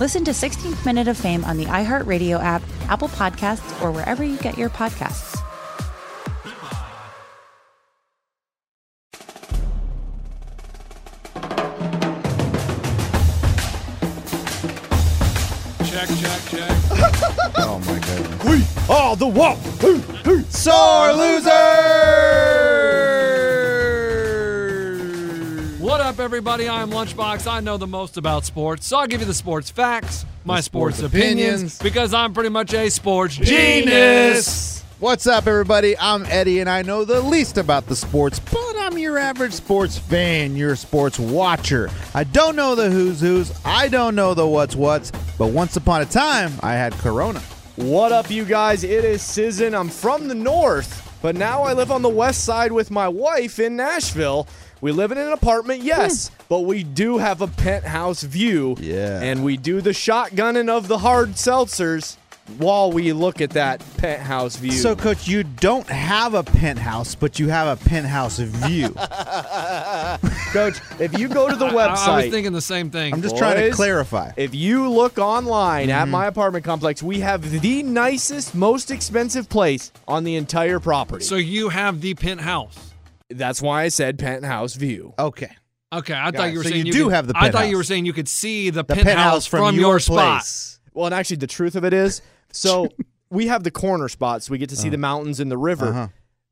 Listen to 16th Minute of Fame on the iHeartRadio app, Apple Podcasts, or wherever you get your podcasts. Check, check, check. Oh my goodness. We are the wall. Sore loser. What up, everybody? I'm Lunchbox. I know the most about sports, so I'll give you the sports facts, my sports, sports opinions, opinions. because I'm pretty much a sports genius. What's up, everybody? I'm Eddie, and I know the least about the sports, but I'm your average sports fan, your sports watcher. I don't know the who's who's, I don't know the what's what's, but once upon a time, I had Corona. What up, you guys? It is Sizzin. I'm from the north, but now I live on the west side with my wife in Nashville. We live in an apartment, yes, but we do have a penthouse view. Yeah. And we do the shotgunning of the hard seltzers while we look at that penthouse view. So, Coach, you don't have a penthouse, but you have a penthouse view. coach, if you go to the I- I, was website, thinking the same thing. I'm just trying to Boys. clarify. if you look online at my apartment complex, we have the nicest, most expensive place on the entire property. so you have the penthouse. that's why I said penthouse view. Okay. Okay, I Got thought it. you were So saying you do could- have the I thought you penthouse. were saying you could see the, The penthouse, from, your, spot. place. Well, and actually, the truth of it is, so we have the corner spots. We get to see the mountains and the river. Uh-huh.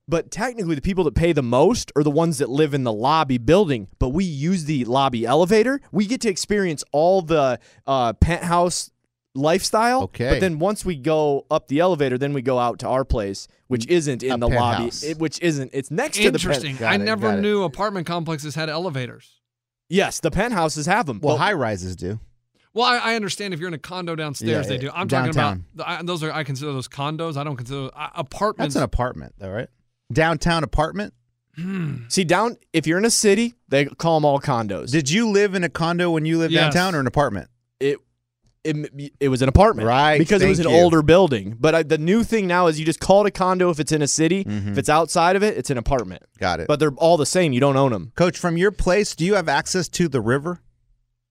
But technically, the people that pay the most are the ones that live in the lobby building. But we use the lobby elevator. We get to experience all the uh, penthouse lifestyle. Okay. But then once we go up the elevator, then we go out to our place, which isn't in Mm, A the penthouse. lobby. It, which isn't. It's next to the penthouse. Interesting. Got I it, never got it. knew apartment complexes had elevators. Yes, the penthouses have them. Well, but high rises do. Well, I, I understand if you're in a condo downstairs, Yeah, they yeah, do. I'm downtown. talking about I, those are I consider those condos. I don't consider uh, apartments. That's an apartment, though, right? Downtown apartment. see down if you're in a city, they call them all condos. Did you live in a condo when you lived Yes. downtown or an apartment? it it, it was an apartment, Right, Because it was an thank you. older building. But I, the new thing now is you just call it a condo if it's in a city. If it's outside of it, it's an apartment. Mm-hmm. Got it. But they're all the same. You don't own them. Coach, from your place, do you have access to the river?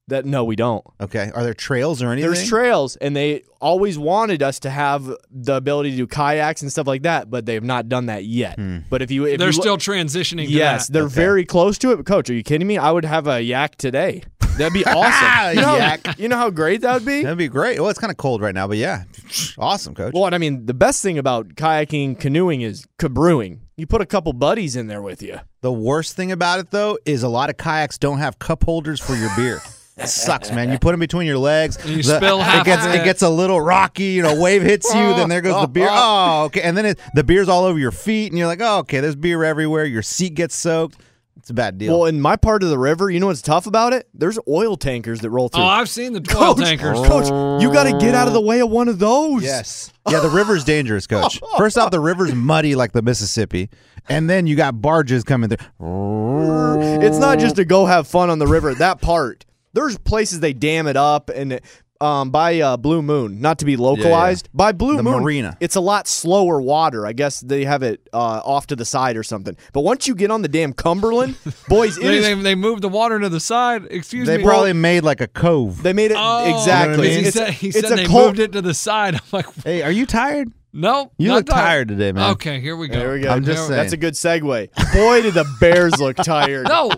That no, we don't. Okay. Are there trails or anything? There's trails, and they always wanted us to have the ability to do kayaks and stuff like that, but they have not done that yet. Hmm. But if you, if they're you look- still transitioning. to yes, that. they're very close to it. But coach, are you kidding me? I would have a yak today. That'd be awesome. you, know, Yak. you know how great that would be. That'd be great. Well, it's kind of cold right now, but yeah, awesome, Coach. Well, and I mean, the best thing about kayaking, canoeing is cabrewing. You put a couple buddies in there with you. the worst thing about it though is a lot of kayaks don't have cup holders for your beer. That sucks, man. You put them between your legs. And you spill half it gets of it. it gets a little rocky. You know, wave hits you, then there goes the beer. Oh, okay. And then it, the beer's all over your feet, and you're like, oh, okay. There's beer everywhere. Your seat gets soaked. It's a bad deal. Well, in my part of the river, you know what's tough about it? There's oil tankers that roll through. Oh, I've seen the oil coach, tankers. coach, you got to get out of the way of one of those. Yes. Yeah, the river's dangerous, coach. First off, the river's muddy like the Mississippi, and then you got barges coming through. It's not just to go have fun on the river. That part, there's places they dam it up and. Um, by uh, Blue Moon, not to be localized. By Blue The Moon, marina. it's a lot slower water. I guess they have it uh, off to the side or something. But once you get on the damn Cumberland, boys, it They, is they, they moved the water to the side. Excuse They me. probably made like a cove. They made it Oh, exactly. You know what I mean? He It's, said, he it's said a they cul- moved it to the side. I'm like, Hey, are you tired? No, You not look tired today, man. Okay, here we go. There we go. I'm just There- That's a saying. good segue. Boy, did the Bears look tired. No,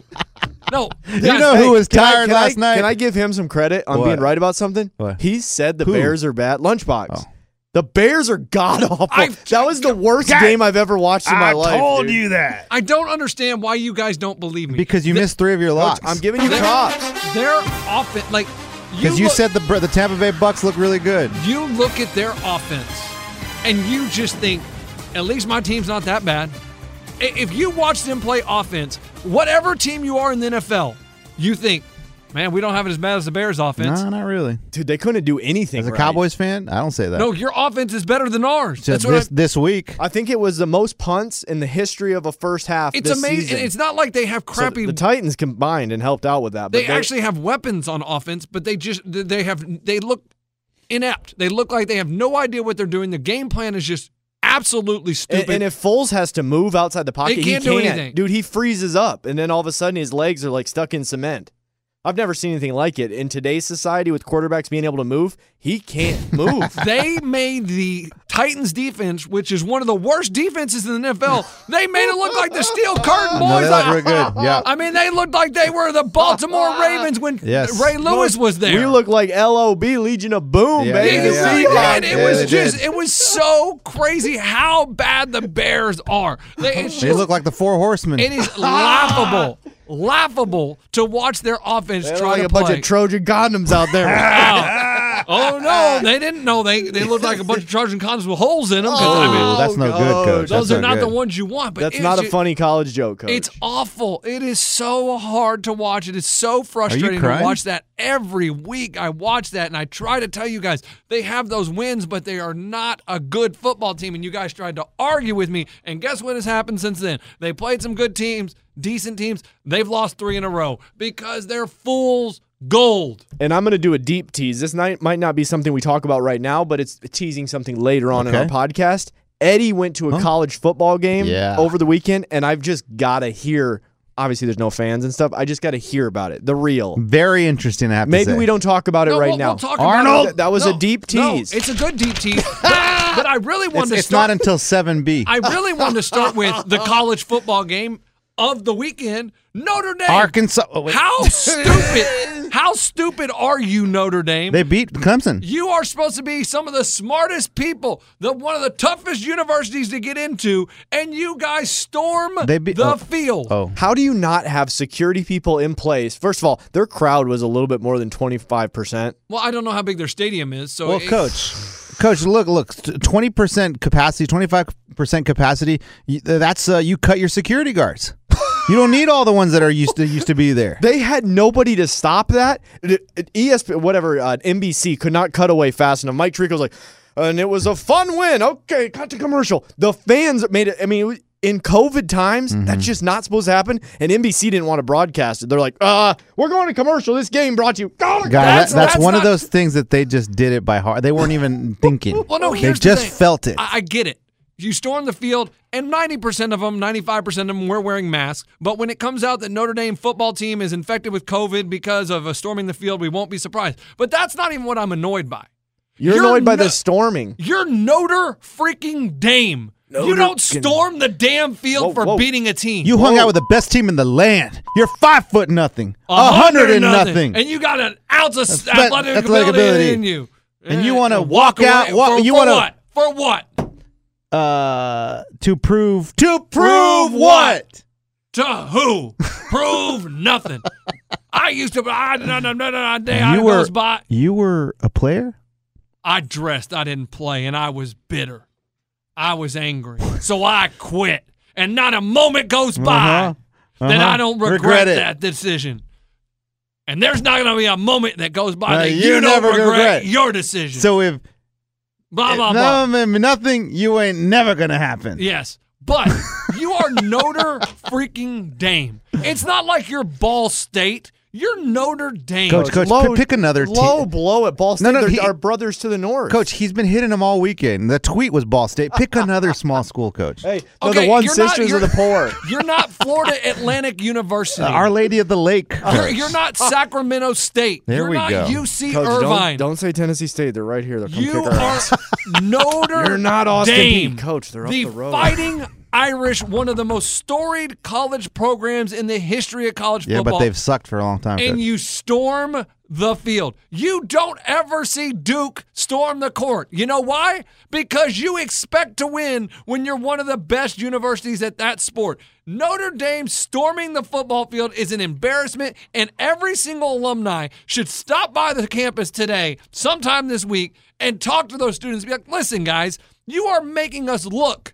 no. You know who was Can I- tired can I- last night? Can I give him some credit on What? being right about something? What? He said the Who? Oh. Bears are bad. Lunchbox. The Bears are god awful. I've- That was the worst God. game I've ever watched in my life. dude. that I don't understand why you guys don't believe me. because you missed three of your locks. I'm giving you props. their offense, like you, because you look, said the Br- the Tampa Bay Bucks look really good. you look at their offense, and you just think, at least my team's not that bad. I- If you watch them play offense, whatever team you are in the NFL, you think, man, we don't have it as bad as the Bears' offense. No, not really. Dude, they couldn't do anything. As a right. Cowboys fan, I don't say that. No, your offense is better than ours. Just That's what I- this this week. I think it was the most punts in the history of a first half. it's this amazing. season. It's not like they have So crappy. the Titans combined and helped out with that. But they, actually have weapons on offense, but they just th- they have they look inept. They look like they have no idea what they're doing. Their game plan is just absolutely And, stupid. and if Foles has to move outside the pocket, He can't he do can't. anything. Dude, he freezes up, and then all of a sudden his legs are like stuck in cement. I've never seen anything like it in today's society with quarterbacks being able to move. He can't move. they made the Titans defense, which is one of the worst defenses in the NFL, they made it look like the steel curtain boys. No, they look I- real good. Yeah. I mean, they looked like they were the Baltimore Ravens when Yes. Ray Lewis was there. we look like LOB Legion of Boom, Yeah, baby. Yeah, you yeah, really yeah. did. Yeah, It they was did. just, it was so crazy how bad the Bears are. They, it's They just- look like the Four Horsemen. It is laughable, laughable to watch their offense They look try like to a play. bunch of Trojan condoms out there. Ow. oh no, they didn't know they they looked like a bunch of Trojan condoms with holes in them. 'cause, I mean, Oh, that's no good, coach. those That's are not good. the ones you want. But That's it's not a ju- funny college joke, coach. It's awful. It is so hard to watch. It is so frustrating to crying? watch that every week. I watch that and I try to tell you guys they have those wins, but they are not a good football team. And you guys tried to argue with me. And guess what has happened since then? They played some good teams, decent teams. They've lost three in a row because they're fools gold. and I'm going to do a deep tease. This night might not be something we talk about right now, but it's teasing something later on in Okay. our podcast. Eddie went to a college football game Yeah. over the weekend, and I've just got to hear. Obviously, there's no fans and stuff. I just got to hear about it. The real. Very interesting. I have to Maybe say. we don't talk about it No, right we'll- now. we'll talk Arnold! about it. That was a No, deep no, tease. it's a good deep tease. but, but I really wanted It's, to it's start. not until seven B. I really wanted to start with the college football game of the weekend, Notre Dame. Arkansas. oh, wait. How stupid! How stupid are you, Notre Dame? They beat Clemson. you are supposed to be some of the smartest people, the one of the toughest universities to get into, and you guys storm They beat the oh. field. Oh, How do you not have security people in place? First of all, their crowd was a little bit more than 25%. Well, I don't know how big their stadium is, so well, it- coach. Coach, look, look. Twenty percent capacity, twenty-five percent capacity. you- That's uh, you cut your security guards. you don't need all the ones that are used to used to be there. They had nobody to stop that. It- it- ESPN, whatever, uh, NBC could not cut away fast enough. Mike Tirico was like, and it was a fun win. Okay, cut to commercial. The fans made it. I mean, it was- in COVID times, Mm-hmm. that's just not supposed to happen. And NBC didn't want to broadcast it. They're like, uh, we're going to commercial. This game brought to you. Oh, Guy, That's- that's, that's, that's one not- of those things that they just did it by heart. They weren't even thinking. Well, no, they here's just the thing. felt it. I, I get it. You storm the field, and 90% of them, 95% of them were wearing masks. But when it comes out that Notre Dame football team is infected with COVID because of uh, storming the field, we won't be surprised. But that's not even what I'm annoyed by. You're, You're annoyed by no- the storming. You're Notre freaking Dame. you don't storm the damn field Whoa, for whoa. beating a team. you hung out with the best team in the land. You're five foot nothing, A a hundred and nothing, And you got an ounce of Athle- athletic, athletic ability, ability. in you. And you wanna to walk out- away- walk- for, you for wanna- what? For what? uh, to prove to prove what? To who? Prove nothing. I used to, I, no, no, no, no, no, day I You were goes by. you were a player. I dressed, I didn't play, and I was bitter. I was angry. So I quit. And not a moment goes by Uh-huh. that Uh-huh. I don't regret, Regret it. that decision. And there's not going to be a moment that goes by Uh, that you you don't never regret, regret. your decision. So if blah, blah, blah. no, man, nothing, you ain't never gonna happen. Yes, but you are Notre freaking Dame. It's not like you're Ball State. You're Notre Dame. Coach, coach, Low- p- pick another team. low blow at Ball State. no, They're he- our brothers to the north. Coach, he's been hitting them all weekend. The tweet was Ball State. Pick another small school, coach. hey, they're Okay, the one you're not- sisters of the you're- poor. You're not Florida Atlantic University. Our Lady of the Lake. you're, coach. you're not Sacramento State. There you're we not go. UC Coach, don't- Irvine. Don't, say Tennessee State. They're right here. They'll come you kick our are ass. Notre You're not Austin Peay, Dame. Coach, they're up the road. Fighting Irish, one of the most storied college programs in the history of college yeah, football. but they've sucked for a long time. and coach. you storm the field. You don't ever see Duke storm the court. You know why? Because you expect to win when you're one of the best universities at that sport. Notre Dame storming the football field is an embarrassment, and every single alumni should stop by the campus today, sometime this week, and talk to those students. Be like, listen, guys, you are making us look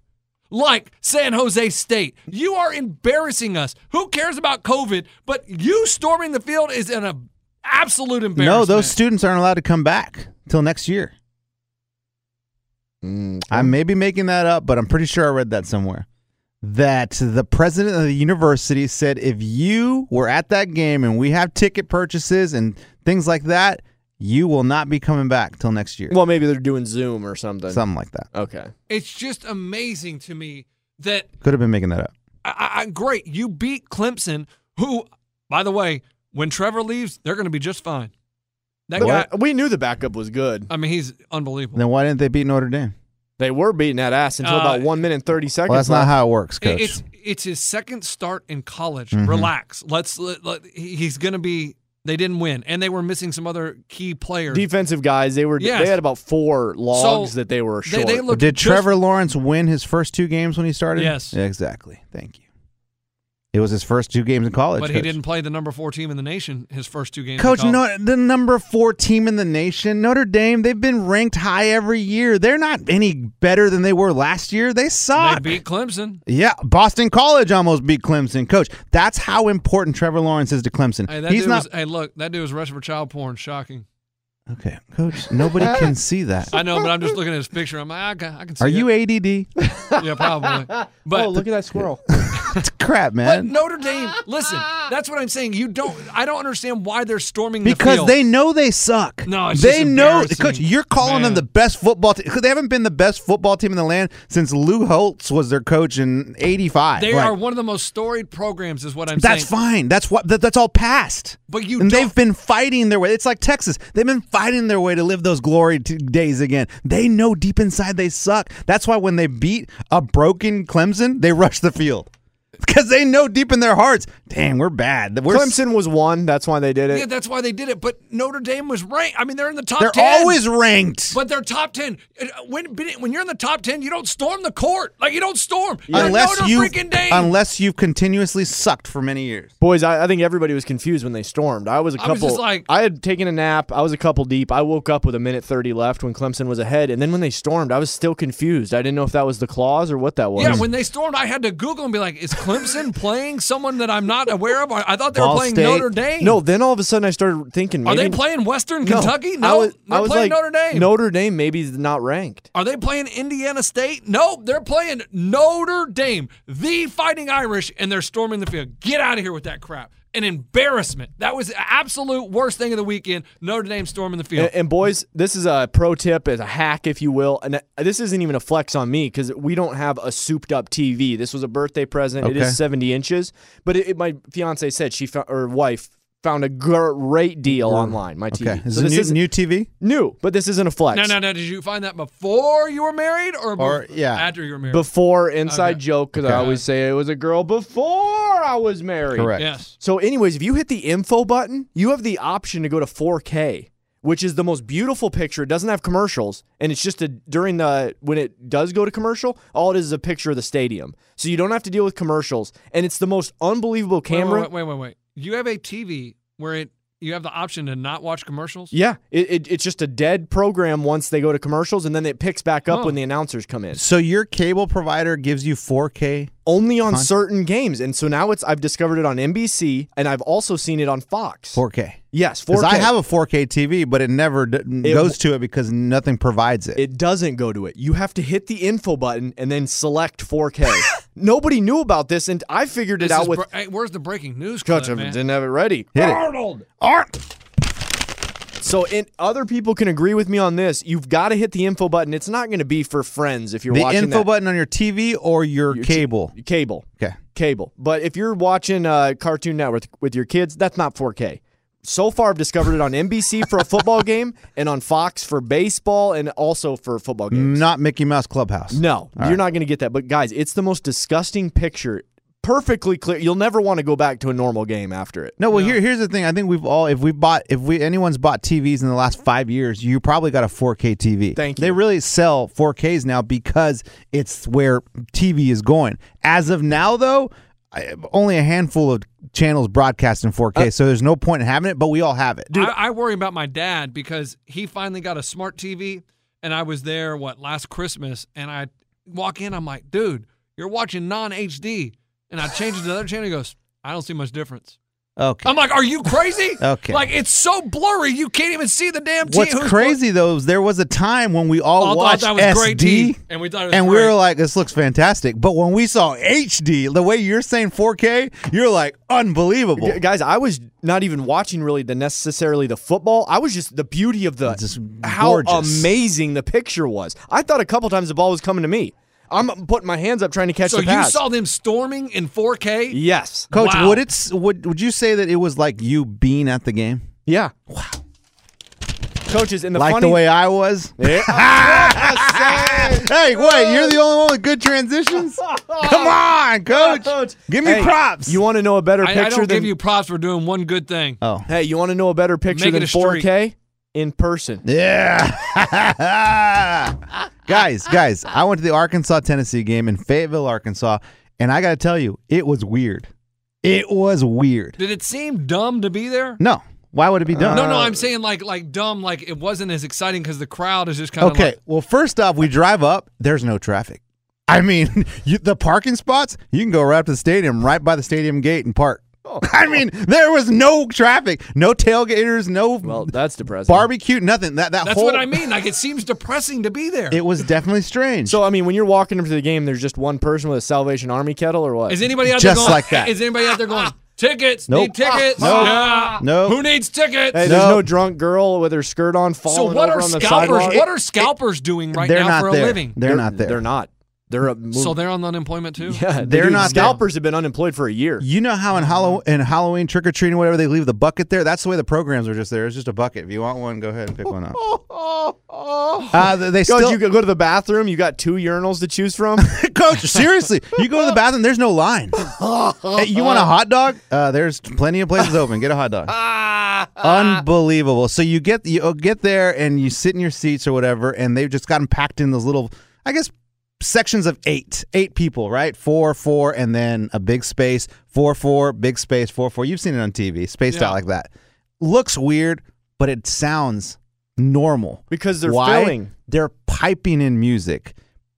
like San Jose State. You are embarrassing us. Who cares about COVID? But you storming the field is an ab- absolute embarrassment. no, those students aren't allowed to come back till next year. I may be making that up, but I'm pretty sure I read that somewhere. That the president of the university said if you were at that game and we have ticket purchases and things like that, you will not be coming back till next year. Well, maybe they're doing Zoom or something. Something like that. Okay. It's just amazing to me that Could have been making that up. I, I, I- great you beat Clemson, who, by the way, when Trevor leaves, they're going to be just fine. That guy, But We knew the backup was good. I mean, he's unbelievable. Then why didn't they beat Notre Dame? They were beating that ass until Uh, about one minute and thirty seconds. Well, that's not left. how it works, It- coach. Mm-hmm. It's it's his second start in college. Relax. Let's let, let, he- he's going to be. They didn't win, and they were missing some other key players. defensive guys. They were. Yes. They had about four logs So, that they were they- short. they look- Did just- Trevor Lawrence win his first two games when he started? Yes. Exactly. Thank you. It was his first two games in college. But he coach. didn't play the number four team in the nation his first two games. in Coach, college. no, the number four team in the nation, Notre Dame, they've been ranked high every year. They're not any better than they were last year. They they suck. beat Clemson. yeah, Boston College almost beat Clemson. Coach, that's how important Trevor Lawrence is to Clemson. Hey, that He's dude not was, hey, look, that dude was arrested for child porn. Shocking. okay, Coach. Nobody can see that. I know, but I'm just looking at his picture. I'm like, I, I can see. Are you it. ADD? Yeah, probably. But oh, look at that squirrel. Crap, but man. Notre Dame. Listen, that's what I'm saying. You don't. I don't understand why they're storming because the field. they know they suck. No, it's they just know, embarrassing. coach. You're calling Man. them the best football team because they haven't been the best football team in the land since Lou Holtz was their coach in '85. They Like, are one of the most storied programs, is what I'm That's saying. fine. That's what. That, that's all past. But you and don't- they've been fighting their way. It's like Texas. They've been fighting their way to live those glory t- days again. They know deep inside they suck. That's why when they beat a broken Clemson, they rush the field because they know deep in their hearts, dang, we're bad. We're s- Clemson was one. That's why they did it. Yeah, that's why they did it. But Notre Dame was ranked. I mean, they're in the top. They're 10. always ranked. But they're top ten. Uh, When when you're in the top ten, you don't storm the court. Like you don't storm. You're unless Notre you freaking Dame. unless you've continuously sucked for many years. Boys, I, I think everybody was confused when they stormed. I was a I was couple. just like- I had taken a nap. I was a couple deep. I woke up with a minute thirty left when Clemson was ahead, and then when they stormed, I was still confused. I didn't know if that was the clause or what that was. Yeah, when they stormed, I had to Google and be like, "Is Clemson playing someone that I'm not aware of?" I I thought they Ball were playing State. Notre Dame. no, then all of a sudden I started thinking. are Maybe, they playing Western No, Kentucky? I No, was, I they're was playing like, Notre Dame. Notre Dame maybe is not ranked. Are they playing Indiana State? No, they're playing Notre Dame, the Fighting Irish, and they're storming the field. Get out of here with that crap. An embarrassment. That was the absolute worst thing of the weekend. Notre Dame storming the field. And, and boys, this is a pro tip, as a hack, if you will. And uh, this isn't even a flex on me because we don't have a souped up TV. This was a birthday present. It Okay. is 70 inches, but it, it- my fiance said she found, or wife found a great deal online. My TV. Okay, is So it this new, isn't- new TV? new, but this isn't a flex. no, no, no. Did you find that before you were married or, Or- bef- yeah. after you were married? Before inside joke because Okay. I always say it was a girl before I was married. Correct. yes. So, anyways, if you hit the info button, you have the option to go to 4K, which is the most beautiful picture. It doesn't have commercials, and it's just a during the when it does go to commercial, all it is is a picture of the stadium. So you don't have to deal with commercials, and it's the most unbelievable Wait, camera. Wait, wait, wait, wait. You have a TV where it you have the option to not watch commercials. Yeah, it, it, it's just a dead program once they go to commercials, and then it picks back up Huh. when the announcers come in. So your cable provider gives you 4K. Only on certain games, and so now it's I've discovered it on NBC, and I've also seen it on Fox. 4K. Yes, 4K. Because I have a 4K TV, but it never d- goes to it because nothing provides it. it doesn't go to it. You have to hit the info button and then select 4K. Nobody knew about this, and I figured it This out is with. br- hey, where's the breaking news clip, Gotcha, man? didn't have it ready. Hit it. Arnold! So, and other people can agree with me on this. You've got to hit the info button. It's not going to be for friends if you're The watching info that- button on your TV or your, cable. cable. okay. cable. But if you're watching uh, Cartoon Network with your kids, that's not 4K. So far, I've discovered it on NBC for a football game and on Fox for baseball and also for football games. Not Mickey Mouse Clubhouse. No, you're not going to get that. But guys, it's the most disgusting picture. Perfectly clear. You'll never want to go back to a normal game after it. No, well, here here's the thing. I think we've all if we bought if we anyone's bought TVs in the last five years, you probably got a 4K TV. Thank They you. really sell 4Ks now because it's where TV is going. As of now, though, I, only a handful of channels broadcast in Uh, 4K, so there's no point in having it. But we all have it. I, I worry about my dad because he finally got a smart TV, and I was there what last Christmas, and I walk in, I'm like, dude, you're watching non HD, and I change it to the other channel. He goes, I don't see much difference. Okay. I'm like, are you crazy? Okay. like it's so blurry, you can't even see the damn. What's team who's crazy though is there was a time when we all All Oh, thought watched that was SD, great TV, and we thought it was and we were great. like, "This looks fantastic." But when we saw HD, the way you're saying 4K, you're like, "Unbelievable!" G- guys, I was not even watching really the necessarily the football. I was just the beauty of the Just how gorgeous. amazing the picture was. I thought a couple times the ball was coming to me. I'm putting my hands up trying to catch So the you pass. saw them storming in 4K? yes. Coach, Wow. would it would would you say that it was like you being at the game, Yeah. Wow. Coaches, and the like funny the way I was? hey, wait, you're the only one with good transitions. Come on, coach, Coach. give me Hey, props. You want to know a better I, picture I don't than give you props for doing one good thing. oh Hey, you want to know a better picture Make it than a streak. 4K in person? yeah, guys, guys, I went to the Arkansas Tennessee game in Fayetteville, Arkansas, and I got to tell you, it was weird. It was weird. Did it seem dumb to be there? No, why would it be done? Uh, No, no, I'm saying like like dumb, like it wasn't as exciting because the crowd is just kind of Okay. Like, well, first off, we drive up. There's no traffic. I mean, you, the parking spots. You can go right up to the stadium, right by the stadium gate, and park. Oh. I mean, there was no traffic, no tailgaters, no Well, that's depressing. barbecue, nothing. That that that's whole. what I mean. Like it seems depressing to be there. Is It was definitely strange. So, I mean, when you're walking into the game, there's just one person with a Salvation Army kettle or what? anybody out Just there going, like that. Is anybody out there going? Tickets? Nope. Need tickets? Nope. Yeah. Nope. Who needs tickets? Hey, there's no drunk girl with her skirt on so falling what over are on the scalpers? sidewalk. what are scalpers doing right they're now not for there. a living? They're, not there. They're not. They're a move. so they're on unemployment too. yeah, They're dude, not there. Scalpers have been unemployed for a year. You know how in Halloween, Mm-hmm. in Halloween trick or treating, whatever, they leave the bucket there. That's the way the programs are just there. It's just a bucket. If you want one, go ahead and pick one up. Uh, they they Coach, still you could go to the bathroom. You got two urinals to choose from. Coach, seriously, you go to the bathroom, there's no line. Hey, you want a hot dog? Uh, there's plenty of places open. Get a hot dog. Unbelievable. So you get you uh, get there and you sit in your seats or whatever, and they've just gotten packed in those little, I guess, sections of eight, eight people, right? Four, four, and then a big space. Four, four, big space. Four, four. You've seen it on TV, spaced Yeah. out like that. Looks weird, but it sounds normal Because they're Why? filling. They're piping in music.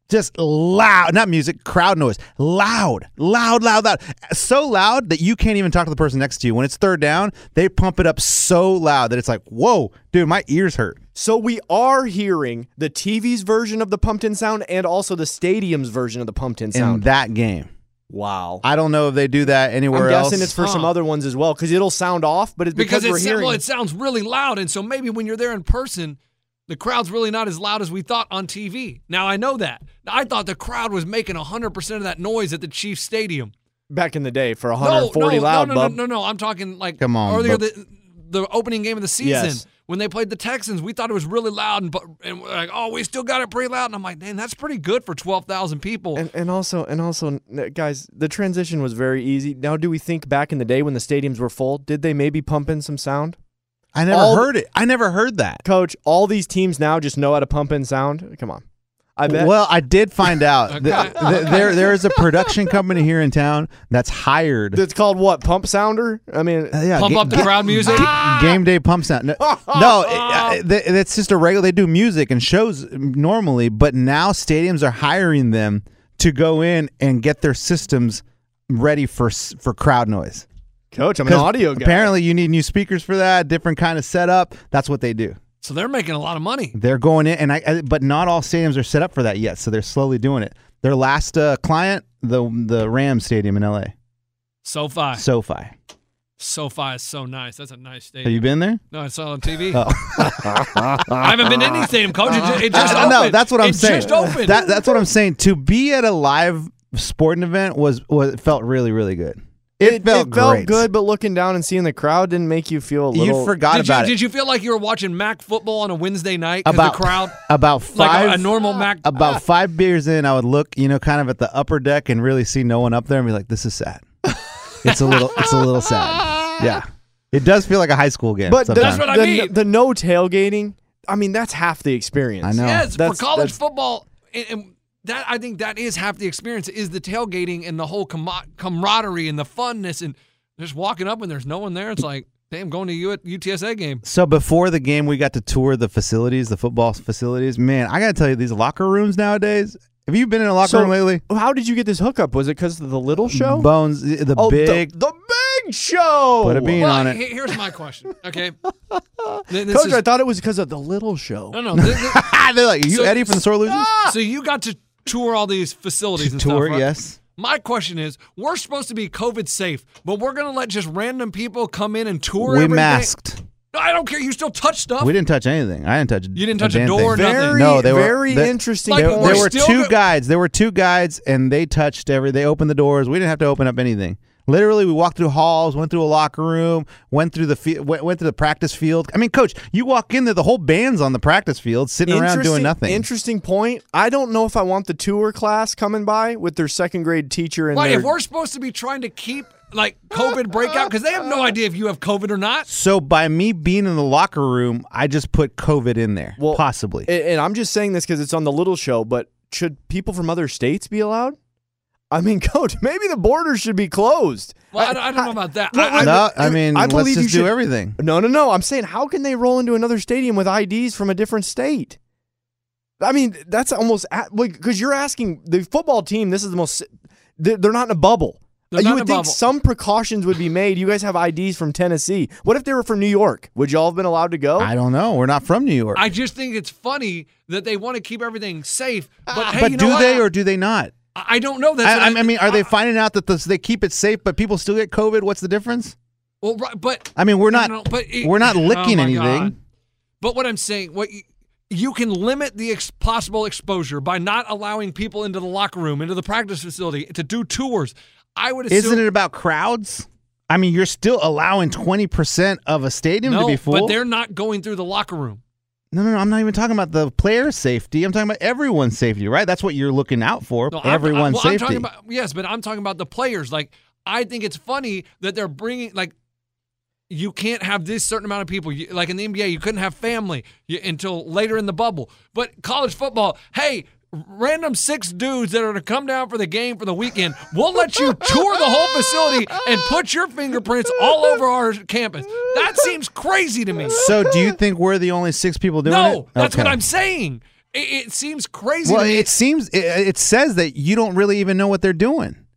Just loud, not music, crowd noise. Loud, loud, loud, loud. So loud that you can't even talk to the person next to you. When it's third down, they pump it up so loud that it's like, whoa, dude, my ears hurt. So we are hearing the TV's version of the pumped in sound and also the stadium's version of the pumped in In sound. that game. wow. I don't know if they do that I'm anywhere else. guessing it's for some Huh. other ones as well because it'll sound off, but it's because, because we're it's hearing. well, it sounds really loud, and so maybe when you're there in person, the crowd's really not as loud as we thought on TV. Now I know that. I thought the crowd was making 100 percent of that noise at the Chiefs Stadium. back in the day for No, 140 no, loud, no, no, no, bub. no, no. I'm talking like Come on, earlier bub. the the opening game of the season Yes. when they played the Texans. We thought it was really loud, and, bu- and we're like, oh, we still got it pretty loud. And I'm like, man, that's pretty good for 12,000 people. And, and also and also n- guys, the transition was very easy. Now, do we think back in the day when the stadiums were full, did they maybe pump in some sound? I never all- heard it. I never heard that. Coach, all these teams now just know how to pump in sound. Come on, I bet. Well, I did find out that Okay. th- there there is a production company here in town that's hired. it's called what? Pump sounder? I mean, Uh, yeah, Pump ga- up the ga- crowd music. Ga- Game day pumps out. No, no it- uh, th- that's just a regular. They do music and shows normally, but now stadiums are hiring them to go in and get their systems ready for s- for crowd noise. Coach, I'm an 'Cause audio guy. Apparently, you need new speakers for that. Different kind of setup. That's what they do. So they're making a lot of money. They're going in, and I, I- but not all stadiums are set up for that yet. So they're slowly doing it. Their last uh, client, the the Rams Stadium in L.A. SoFi. SoFi. SoFi is so nice. That's a nice Have stadium. you been there? no, I saw it on TV. Oh. I haven't been to any stadium, Coach. It just, it just Uh, opened. no, that's what I'm it saying. just opened. That, that's what I'm saying. To be at a live sporting event was was felt really really good. It, felt great. good, but looking down and seeing the crowd didn't make you feel a You little. forgot did, you, about it. did you feel like you were watching Mac football on a Wednesday night? 'cause about the crowd, about five like a, a normal Mac. about Ah. five beers in, I would look, you know, kind of at the upper deck and really see no one up there and be like, "This is sad. It's a little, it's a little sad. Yeah, it does feel like a high school game. But the, sometimes. That's what I the- mean. the no tailgating. I mean, that's half the experience. I know. yes, for That's- college that's- football, and, and that I think that is half the experience is the tailgating and the whole camar- camaraderie and the funness and just walking up when there's no one there. It's like, damn, going to U- UTSA game. So before the game, we got to tour the facilities, the football facilities. Man, I gotta tell you, these locker rooms nowadays. Have you been in a locker So, room lately? how did you get this hookup? Was it because of the little show? Bones, the oh, the- big. the, big show. Put a bean Well, on it. he- here's my question. Okay, Th- this Coach, is- I thought it was because of the little show. no, no. thi- thi- Ah, they're like, you So- Eddie from the Sore Losers? ah! so you got to tour all these facilities and Tour, stuff, right? yes. My question is, we're supposed to be COVID safe, but we're gonna let just random people come in and tour. We everything? masked. No, I don't care. You still touch stuff. We didn't touch anything. I didn't touch. You didn't touch a door, nothing. Very, no, they were very they- interesting. Like, There, But there we're were still two go- guides. There were two guides, and they touched every. They opened the doors. We didn't have to open up anything. Literally, we walked through halls, went through a locker room, went through the fe- went, went through the practice field. I mean, coach, you walk in there, the whole band's on the practice field, sitting around doing Interesting- nothing. Interesting point. I don't know if I want the tour class coming by with their second grade teacher and Why, their if we're supposed to be trying to keep like COVID breakout, because they have no idea if you have COVID or not. so by me being in the locker room, I just put COVID in there, Well, possibly. And, and I'm just saying this because it's on the little show, but should people from other states be allowed? I mean, coach, maybe the borders should be closed. Well, I, I don't know about that. I- I- no, I mean, I let's believe you just do should- everything. No, no, no. I'm saying, how can they roll into another stadium with IDs from a different state? I mean, that's almost because you're asking the football team. This is the most. They're they're not in a bubble. They're you not would in a think bubble. some precautions would be made. You guys have IDs from Tennessee. What if they were from New York? Would y'all have been allowed to go? I don't know. We're not from New York, I just think it's funny that they want to keep everything safe, but hey, Ah, but you know do what? they or do they not? I I don't know. That's what I, I mean, are they finding out that this, they keep it safe, but people still get COVID? What's the difference? Well, right, but I mean, we're No, not no, but it- we're not oh licking my anything. God. But what I'm saying, what you, you can limit the ex- possible exposure by not allowing people into the locker room, into the practice facility to do tours. I would assume Isn't it about crowds? I mean, you're still allowing twenty percent of a stadium no, to be full. but they're not going through the locker room. no, no, no. I'm not even talking about the player safety. I'm talking about everyone's safety, right? That's what you're looking out for. No, I'm- everyone's well, I'm safety. talking about- yes, but I'm talking about the players. Like I think it's funny that they're bringing like you can't have this certain amount of people. You, like in the NBA, you couldn't have family you, until later in the bubble. But college football, hey. Random six dudes that are to come down for the game for the weekend. We'll let you tour the whole facility and put your fingerprints all over our campus. That seems crazy to me. so, do you think we're the only six people doing it? No, that's what Okay. I'm saying. It, it seems crazy Well, to me. it seems it, it says that you don't really even know what they're doing.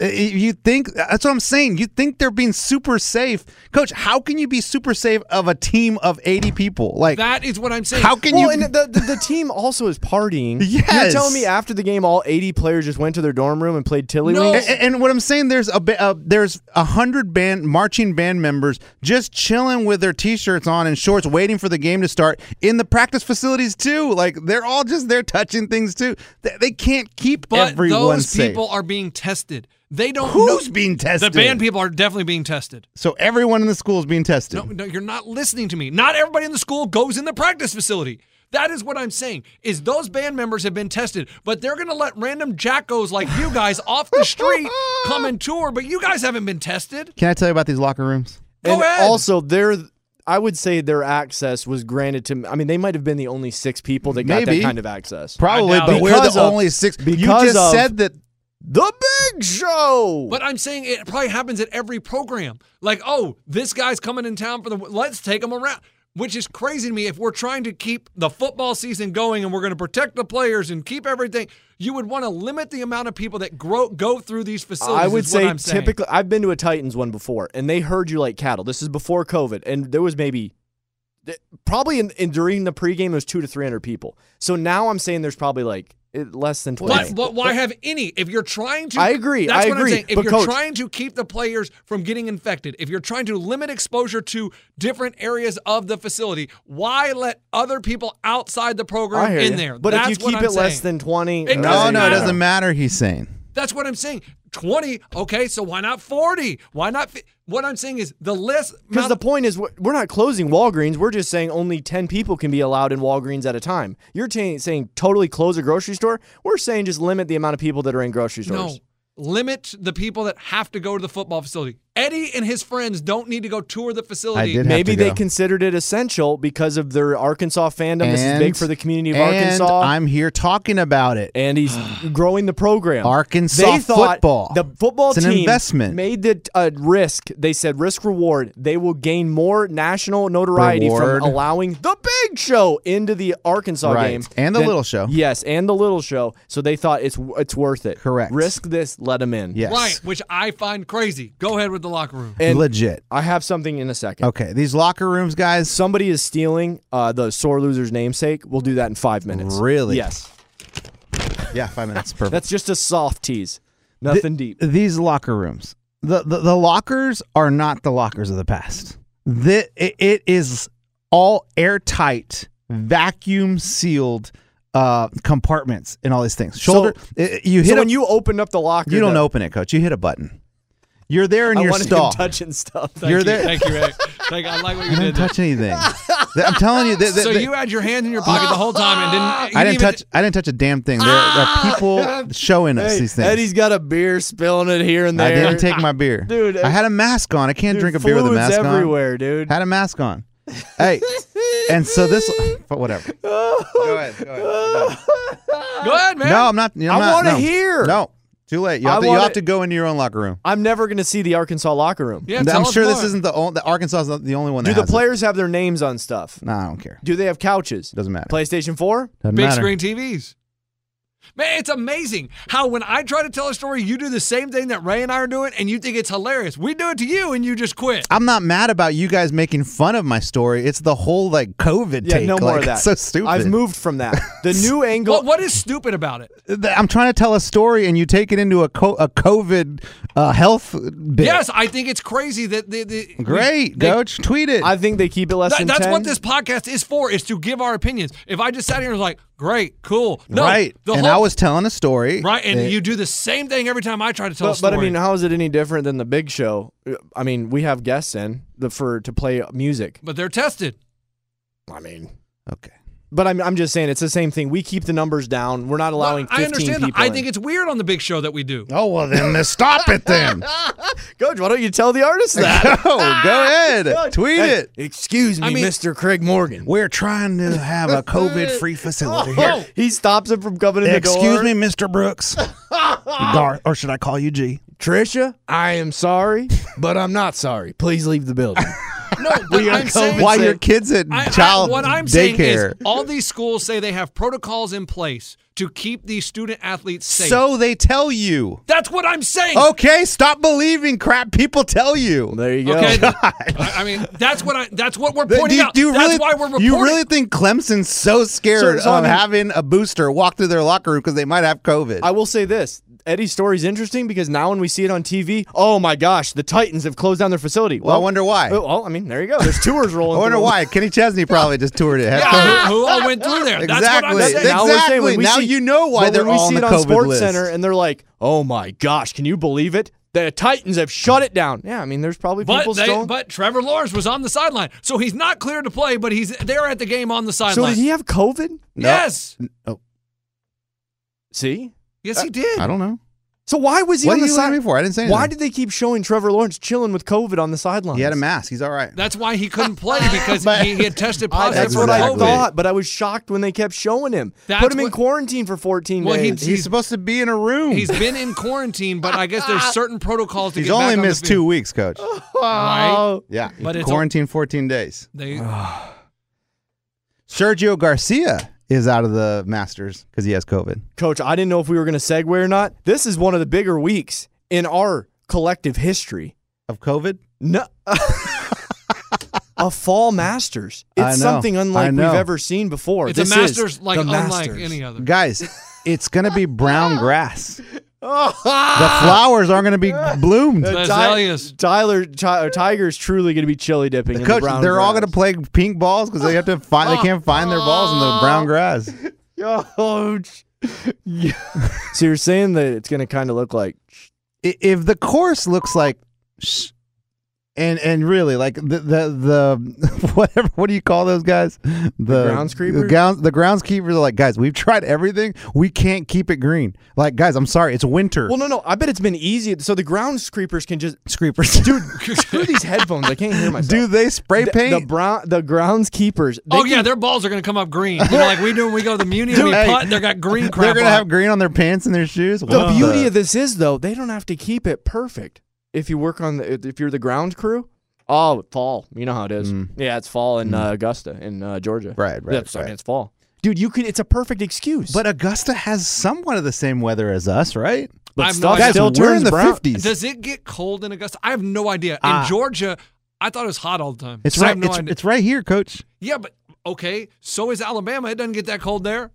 I- I- You think that's what I'm saying. You think they're being super safe, Coach? How can you be super safe of a team of 80 people? Like, that is what I'm saying. how can well, you? and the, the, the team also is partying. You're Yes. telling me after the game, all 80 players just went to their dorm room and played Tilly No. A- a- and what I'm saying, there's a ba- uh, there's a hundred band marching band members just chilling with their t-shirts on and shorts, waiting for the game to start in the practice facilities too. Like they're all just there touching things too. They, they can't keep But everyone those safe. people are being tested. They don't. Who's know- being tested? The band people are definitely being tested. So everyone in the school is being tested. No, no, you're not listening to me. Not everybody in the school goes in the practice facility. That is what I'm saying. Is those band members have been tested, but they're gonna let random jackos like you guys off the street come and tour. But you guys haven't been tested. Can I tell you about these locker rooms? Go and ahead. also their I would say their access was granted to I mean they might have been the only six people that got Maybe. that kind of access. Probably, doubt but it. we're the Because of- only six. You because just of- said that. The big show. But I'm saying it probably happens at every program. Like, oh, this guy's coming in town for the. Let's take him around. which is crazy to me. If we're trying to keep the football season going and we're going to protect the players and keep everything, you would want to limit the amount of people that grow, go through these facilities. I would is what say I'm saying. typically I've been to a Titans one before and they herd you like cattle. This is before COVID and there was maybe th- probably in, in during the pregame it was 2 to 300 people. So now I'm saying there's probably like it- less than 20. Why, why- why have any? If you're trying to, I agree, That's I what agree, I'm saying. If but you're coach- trying to keep the players from getting infected, if you're trying to limit exposure to different areas of the facility, why let other people outside the I program hear in ya. there? But that's if you what keep I'm it less saying. than 20 It No, Doesn't no, it matter. doesn't matter. He's saying. That's what I'm saying. 20, okay, so why not 40? Why not? fi- What I'm saying is the list. Because amount- the point is, we're we're not closing Walgreens. We're just saying only 10 people can be allowed in Walgreens at a time. You're ta- saying totally close a grocery store. We're saying just limit the amount of people that are in grocery No. stores. Limit the people that have to go to the football facility. Eddie and his friends don't need to go tour the facility. I did have Maybe to they go. considered it essential because of their Arkansas fandom. this is big And- for the community of and Arkansas. I'm here talking about it. and he's growing the program. Arkansas they thought football. The football It's an team investment. made the uh, risk. They said risk reward. They will gain more national notoriety Reward. from allowing the big show into the Arkansas Right. game And the than- little show. Yes, and the little show. So they thought it's it's worth it. Correct. Risk this. Let them in. Yes. Right, which I find crazy. Go ahead with the locker room. And- Legit. I have something in a second. Okay. These locker rooms, guys. Somebody is stealing uh, the sore loser's namesake. We'll do that in five minutes. Really? Yes. Yeah, five minutes. Perfect. That's just a soft tease. Nothing Th- deep. These locker rooms, the, the the lockers are not the lockers of the past. That it, it is all airtight, vacuum sealed uh compartments and all these things. Shoulder, i- i- you hit So a, when you opened up the locker, you don't the- open it, coach. You hit a button. You're there in I your wanted stall. him touching stuff. Thank You're you. there- Thank you, Eric. Thank I like what you I did. didn't there. touch anything. Th- I'm telling you, th- th- so th- Ah! you had your hands in your pocket the whole time and didn't. you I didn't even- touch. I didn't touch a damn thing. There, there are people showing us these things. Ah! Eddie's got a beer spilling it here and there. I didn't take my beer, Dude, I had a mask on. I can't Dude, drink a beer with a fluids mask on. everywhere, dude. had a mask on. Hey, and so this, but whatever. Go ahead. Go ahead. Go ahead, man. No, I'm not. I'm I not, wanna no. hear. No, too late. You I have, to, you wanna- have to go into your own locker room. I'm never going to see the Arkansas locker room. Yeah, tell I'm us sure this more. isn't the only. The Arkansas is not the only one. Do that the has it. players have their names on stuff? Nah, I don't care. Do they have couches? Doesn't matter. PlayStation 4? Doesn't big matter. screen TVs. Man, it's amazing how when I try to tell a story, you do the same thing that Ray and I are doing, and you think it's hilarious. We do it to you, and you just quit. I'm not mad about you guys making fun of my story. It's the whole like COVID Yeah, take. no more like, of that. it's So stupid. I've moved from that. The new angle. What, what is stupid about it? Th- I'm trying to tell a story, and you take it into a co- a COVID uh, health bit. Yes, I think it's crazy that the, the Great, they- coach. Tweet it. I think they keep it less That- than that's 10. what this podcast is for: is to give our opinions. If I just sat here and was like, "Great, cool," no, right. the and whole, I was telling a story. right, and It- you do the same thing every time I try to tell a But, story. but I mean, how is it any different than the big show? I mean, we have guests in the, for to play music. But they're tested. I mean, Okay. but I'm, I'm just saying it's the same thing. We keep the numbers down. We're not allowing I 15 understand. that. people. I in. think it's weird on the big show that we do. Oh well, then let's stop it then. Coach, why don't you tell the artist that? Ah, oh, go ahead, Coach. tweet Hey, it. Excuse me, I mean- Mr. Craig Morgan. We're trying to have a COVID-free facility Oh, he stops him from coming in the door. Excuse me, Mr. Brooks, Gar, or should I call you G? Trisha. I am sorry, but I'm not sorry. Please leave the building. No, but I'm saying Why your kids at I- I- child what I'm saying is daycare? all these schools say they have protocols in place to keep these student athletes safe. So Oh, they tell you. that's what I'm saying. Okay, stop believing crap people tell you. there you go. Okay, I, I mean that's what I that's what we're Do pointing you, out. do you that's really, why we're reporting. you really think Clemson's so scared So- so I of mean- having a booster walk through their locker room because they might have COVID? I will say this. Eddie's story's interesting because now when we see it on TV, oh my gosh, the Titans have closed down their facility. Well, I wonder why. Oh, Well, I mean, there you go. There's tours rolling. I wonder through. why. Kenny Chesney probably just toured it. Had COVID. who, who all went through there? That's what I'm Exactly. saying. That's- Now we're saying when Exactly. we Now see- you know why but they're when we all see on it the on COVID Sports list. Center, and they're like, "Oh my gosh, can you believe it? The Titans have shut it down." Yeah, I mean, there's probably people But, they, still. but Trevor Lawrence was on the sideline, so he's not clear to play, but he's there at the game on the so sideline. did he have COVID? yes, See, yes, he did. Oh, I don't know. so why was he What on are the you laughing sideline? for? I didn't say anything. Why did they keep showing Trevor Lawrence chilling with COVID on the sidelines? He had a mask. He's all right. That's why he couldn't play because But- he, he had tested I, positive that's for what I Exactly. COVID. thought, but I was shocked when they kept showing him. That's Put him in what- quarantine for 14 Well, he- days. He's supposed to be in a room. He's been in quarantine, but I guess there's certain protocols to He's get only back on the missed field. Oh. two weeks, coach. Right? Yeah. But it's Quarantine 14 days. They Sergio Garcia is out of the Masters because he has COVID. Coach, I didn't know if we were going to segue or not. This is one of the bigger weeks in our collective history. Of COVID? No. a fall Masters. I know. It's something I unlike we've know. ever seen before. It's This a is Masters like the unlike Masters. any other. Guys, it's going to be brown grass. the Oh. flowers aren't going to be bloomed. The Uh, Ty- azaleas. Tyler Ty- uh, Tiger's truly going to be chili dipping in Coach, the brown they're all grass. going to play pink balls because they have to find they can't find their balls in the brown grass. Coach. so you're saying that it's going to kind of look like I- If the course looks like, sh- and and really like the the, the whatever what do you call those guys? The, groundskeepers? The, grounds, the groundskeepers are like guys. We've tried everything. We can't keep it green. Like guys, I'm sorry. It's winter. Well, no, no. I bet it's been easy. So the ground scrapers can just Scrapers, dude. screw these headphones. I can't hear myself. Do they spray the, paint? the brown the groundskeepers? They Oh can- yeah, their balls are gonna come up green. You know, like we do when we go to the Muni and we Hey, putt. They got green crap. They're gonna on. have green on their pants and their shoes. The beauty of this is though they don't have to keep it perfect. If you work on the if you're the ground crew, oh fall, you know how it is. Yeah, it's fall in uh, Augusta in uh, Georgia. Mm. Right, right, That's- I mean, right. it's fall, dude. You could. It's a perfect excuse. but uh, Augusta has somewhat of the same weather as us, right? but I'm stuff not- Guys, still we're in turns the brown. 50s. Does it get cold in Augusta? I have no idea. In Ah. Georgia, I thought it was hot all the time. It's So I right. have no it's, idea. it's right here, Coach. yeah, but okay. So is Alabama. It doesn't get that cold there.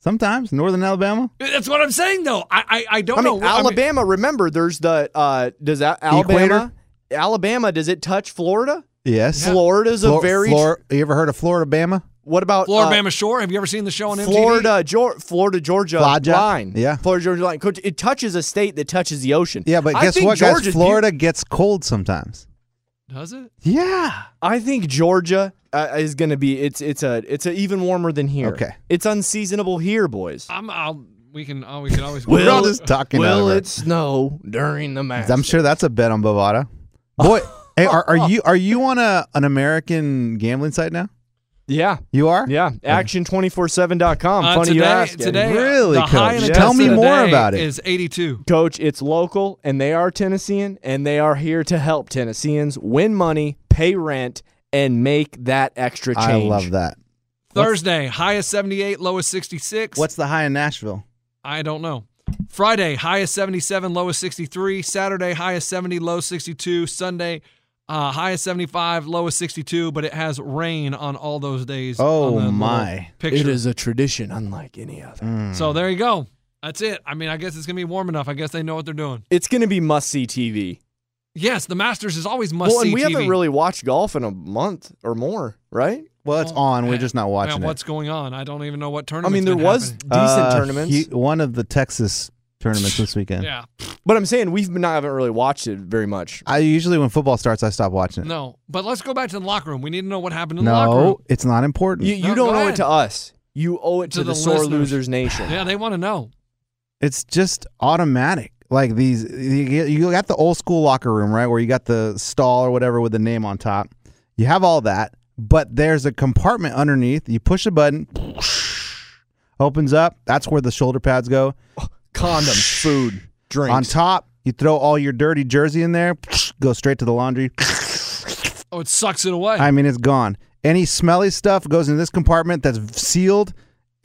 Sometimes Northern Alabama. That's what I'm saying, though. I I, I don't I know. mean, Alabama. remember, there's the uh, does that Alabama? equator? Alabama does it touch Florida? Yes. Florida's a Flor- very. Flor- you ever heard of Florida Bama? what about uh, Florida Shore. Have you ever seen the show on MTV? Florida, Geor- Florida, Georgia Florida. line. Yeah. Florida, Georgia line. Coach, it touches a state that touches the ocean. Yeah, but I guess think what, guys? Georgia's Florida gets cold sometimes. Does it? Yeah. I think Georgia uh, is going to be it's it's a it's a even warmer than here. Okay. it's unseasonable here, boys. I'm. I'll, we can. Oh, we can always. We're all just talking. out Will of it snow during the match? I'm sure that's a bet on Bovada. Boy, hey, are, are you are you on a an American gambling site now? Yeah, You are. yeah. Action247.com. Uh, Funny today, you ask. Today, Really, the high Coach? in Tell me Augusta more today about it. Is 82. Coach, it's local, and they are Tennessean, and they are here to help Tennesseans win money, pay rent, and make that extra change. I love that. Thursday, high of 78, low of 66. What's the high in Nashville? I don't know. Friday, high of 77, low of 63. Saturday, high of 70, low 62. Sunday, uh, high of 75, low of 62. But it has rain on all those days. Oh, on the little my. Picture. It is a tradition unlike any other. So there you go. That's it. I mean, I guess it's gonna be warm enough. I guess they know what they're doing. It's going to be must see TV. Yes, the Masters is always must Well, see and we TV. haven't really watched golf in a month or more, right? Well, it's on. We're just not Oh, Man, watching it. what's going on? I don't even know what I tournament. mean, there was decent Uh, tournaments, he- one of the Texas tournaments this weekend. Yeah. but I'm saying we've not haven't really watched it very much. I usually when football starts, I stop watching it. No, but let's go back to the locker room. We need to know what happened in the locker room. No, it's not important. You, you No, don't go owe ahead. it to us. You owe it to, To the, the sore listeners. losers nation. Yeah, they want to know. it's just automatic. Like these, you get- you got the old school locker room, right, where you got the stall or whatever with the name on top. You have all that, but there's a compartment underneath. You push a button, opens up. That's where the shoulder pads go. Condoms, food, drinks. On top, you throw all your dirty jersey in there. Go straight to the laundry. Oh, it sucks it away. I mean, it's gone. Any smelly stuff goes into this compartment that's sealed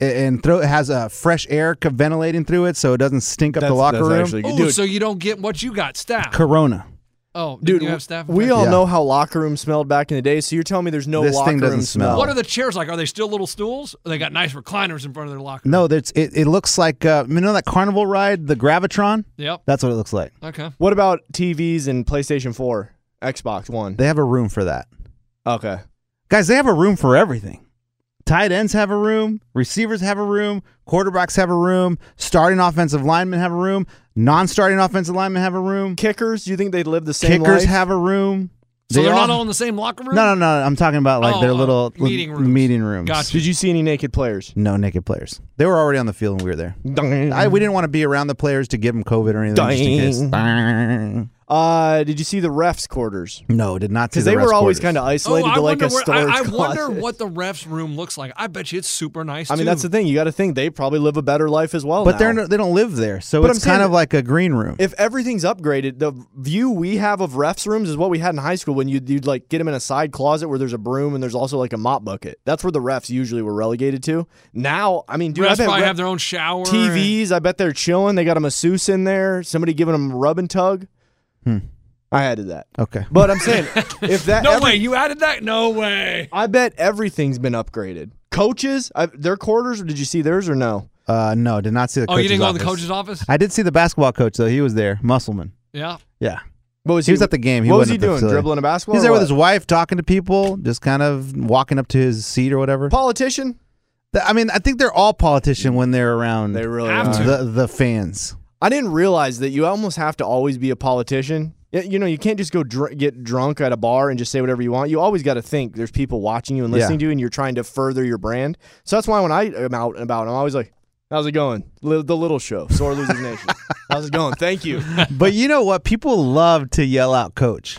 a- and throw it has a fresh air co- ventilating through it, so it doesn't stink up That's- the locker that's room. actually good. Ooh, dude, so you don't get what you got, staff. Corona. oh, didn't dude, you have staff. we infection? all Yeah. know how locker room smelled back in the day. So you're telling me there's no This locker thing doesn't room smell. What are the chairs like? Are they still little stools? Or they got nice recliners in front of their locker. No, that's it. It looks like uh, you know that carnival ride, the Gravitron. Yep. That's what it looks like. Okay. What about TVs and PlayStation 4, Xbox One? They have a room for that, Okay. guys. They have a room for everything. Tight ends have a room. Receivers have a room. Quarterbacks have a room. Starting offensive linemen have a room. Non-starting offensive linemen have a room. Kickers, do you think they live the same Kickers life? have a room. So They they are not all- all in the same locker room. No, no, no. I'm talking about like Oh, their uh, little meeting l- rooms. Meeting rooms. Gotcha. Did you see any naked players? No naked players. They were already on the field when we were there. I, we didn't want to be around the players to give them COVID or anything. Just in case. Dang. Dang. Uh, did you see the refs' quarters? No, did not see Because the they refs were always quarters. kind of isolated Oh, I to like wonder a where- storage I, I closet. wonder what the ref's room looks like. I bet you it's super nice. I mean, too. that's the thing. You got to think they probably live a better life as well. But they're now. no, they don't live there, so But I'm it's saying kind of that- like a green room. if everything's upgraded, the view we have of refs rooms is what we had in high school when you'd, you'd like get them in a side closet where there's a broom and there's also like a mop bucket. That's where the refs usually were relegated to. Now, I mean, dude, I refs bet probably ref- have their own shower. and- TVs. I bet they're chilling. They got a masseuse in there. Somebody giving them a rub and tug. Hmm. I added that. okay, But I'm saying if that No every- way, you added that? No way. I bet everything's been upgraded. Coaches, I, their quarters. Did you see theirs or no? uh, no, did not see the. Oh, you coach's didn't go in office. the coach's office? I did see the basketball coach though. He was there, Musselman. Yeah. Oh, Yeah, What was He was at the game. He what was wasn't he at the doing? facility. Dribbling a basketball. he's or there with what? his wife, talking to people, just kind of walking up to his seat or whatever. politician. Th- I mean, I think they're all politician when they're around They really Have are. to. the the fans. I didn't realize that you almost have to always be a politician. Y- You know, you can't just go dr- get drunk at a bar and just say whatever you want. You always got to think there's people watching you and Yeah. listening to you, and you're trying to further your brand. So that's why when I am out and about, I'm always like, "How's it going?" Li- the little show, sore losers nation. How's it going? Thank you. But you know what? People love to yell out coach.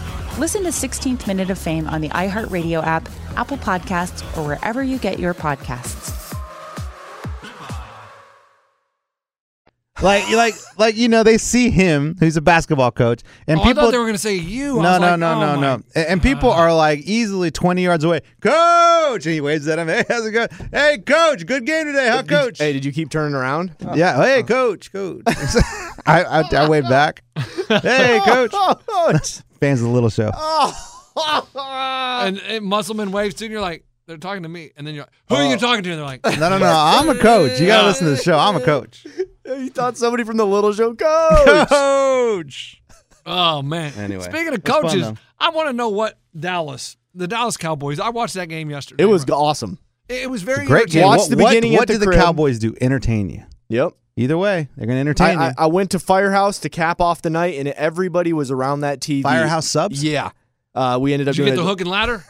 Listen to 16th Minute of Fame on the iHeartRadio app, Apple Podcasts, or wherever you get your podcasts. Like like like you know, they see him. Who's a basketball coach, and Oh, I people thought they were going to say you. I No, was no, like, no, oh no, my- no. A- And people are like easily 20 yards away. Coach! And he waves at him. Hey, how's it going? Hey, coach, good game today, huh, coach? hey, Uh-huh. did you keep turning around? Yeah, hey, coach, coach. I, I, I wave back. Hey, coach. Oh, Fans of the little show. And, and Musselman waves too, and you're like, they're talking to me. And then you're like, who are you talking to? And they're like, No, no, no. Oh, I'm a coach. You got to listen to the show. I'm a coach. you thought somebody from the little show coach. Coach. oh, man. Anyway, Speaking of it was fun, coaches, though. I want to know what Dallas, the Dallas Cowboys, I watched that game yesterday. it was right? awesome. It was very Great game. entertaining. Watch what, the what- beginning What, at the do the crib. Cowboys do? Entertain you. Yep. Either way, they're going to entertain I, I, you. I went to Firehouse to cap off the night, and everybody was around that TV. Firehouse subs? Yeah. Uh, we ended up Did you doing get the a- hook and ladder?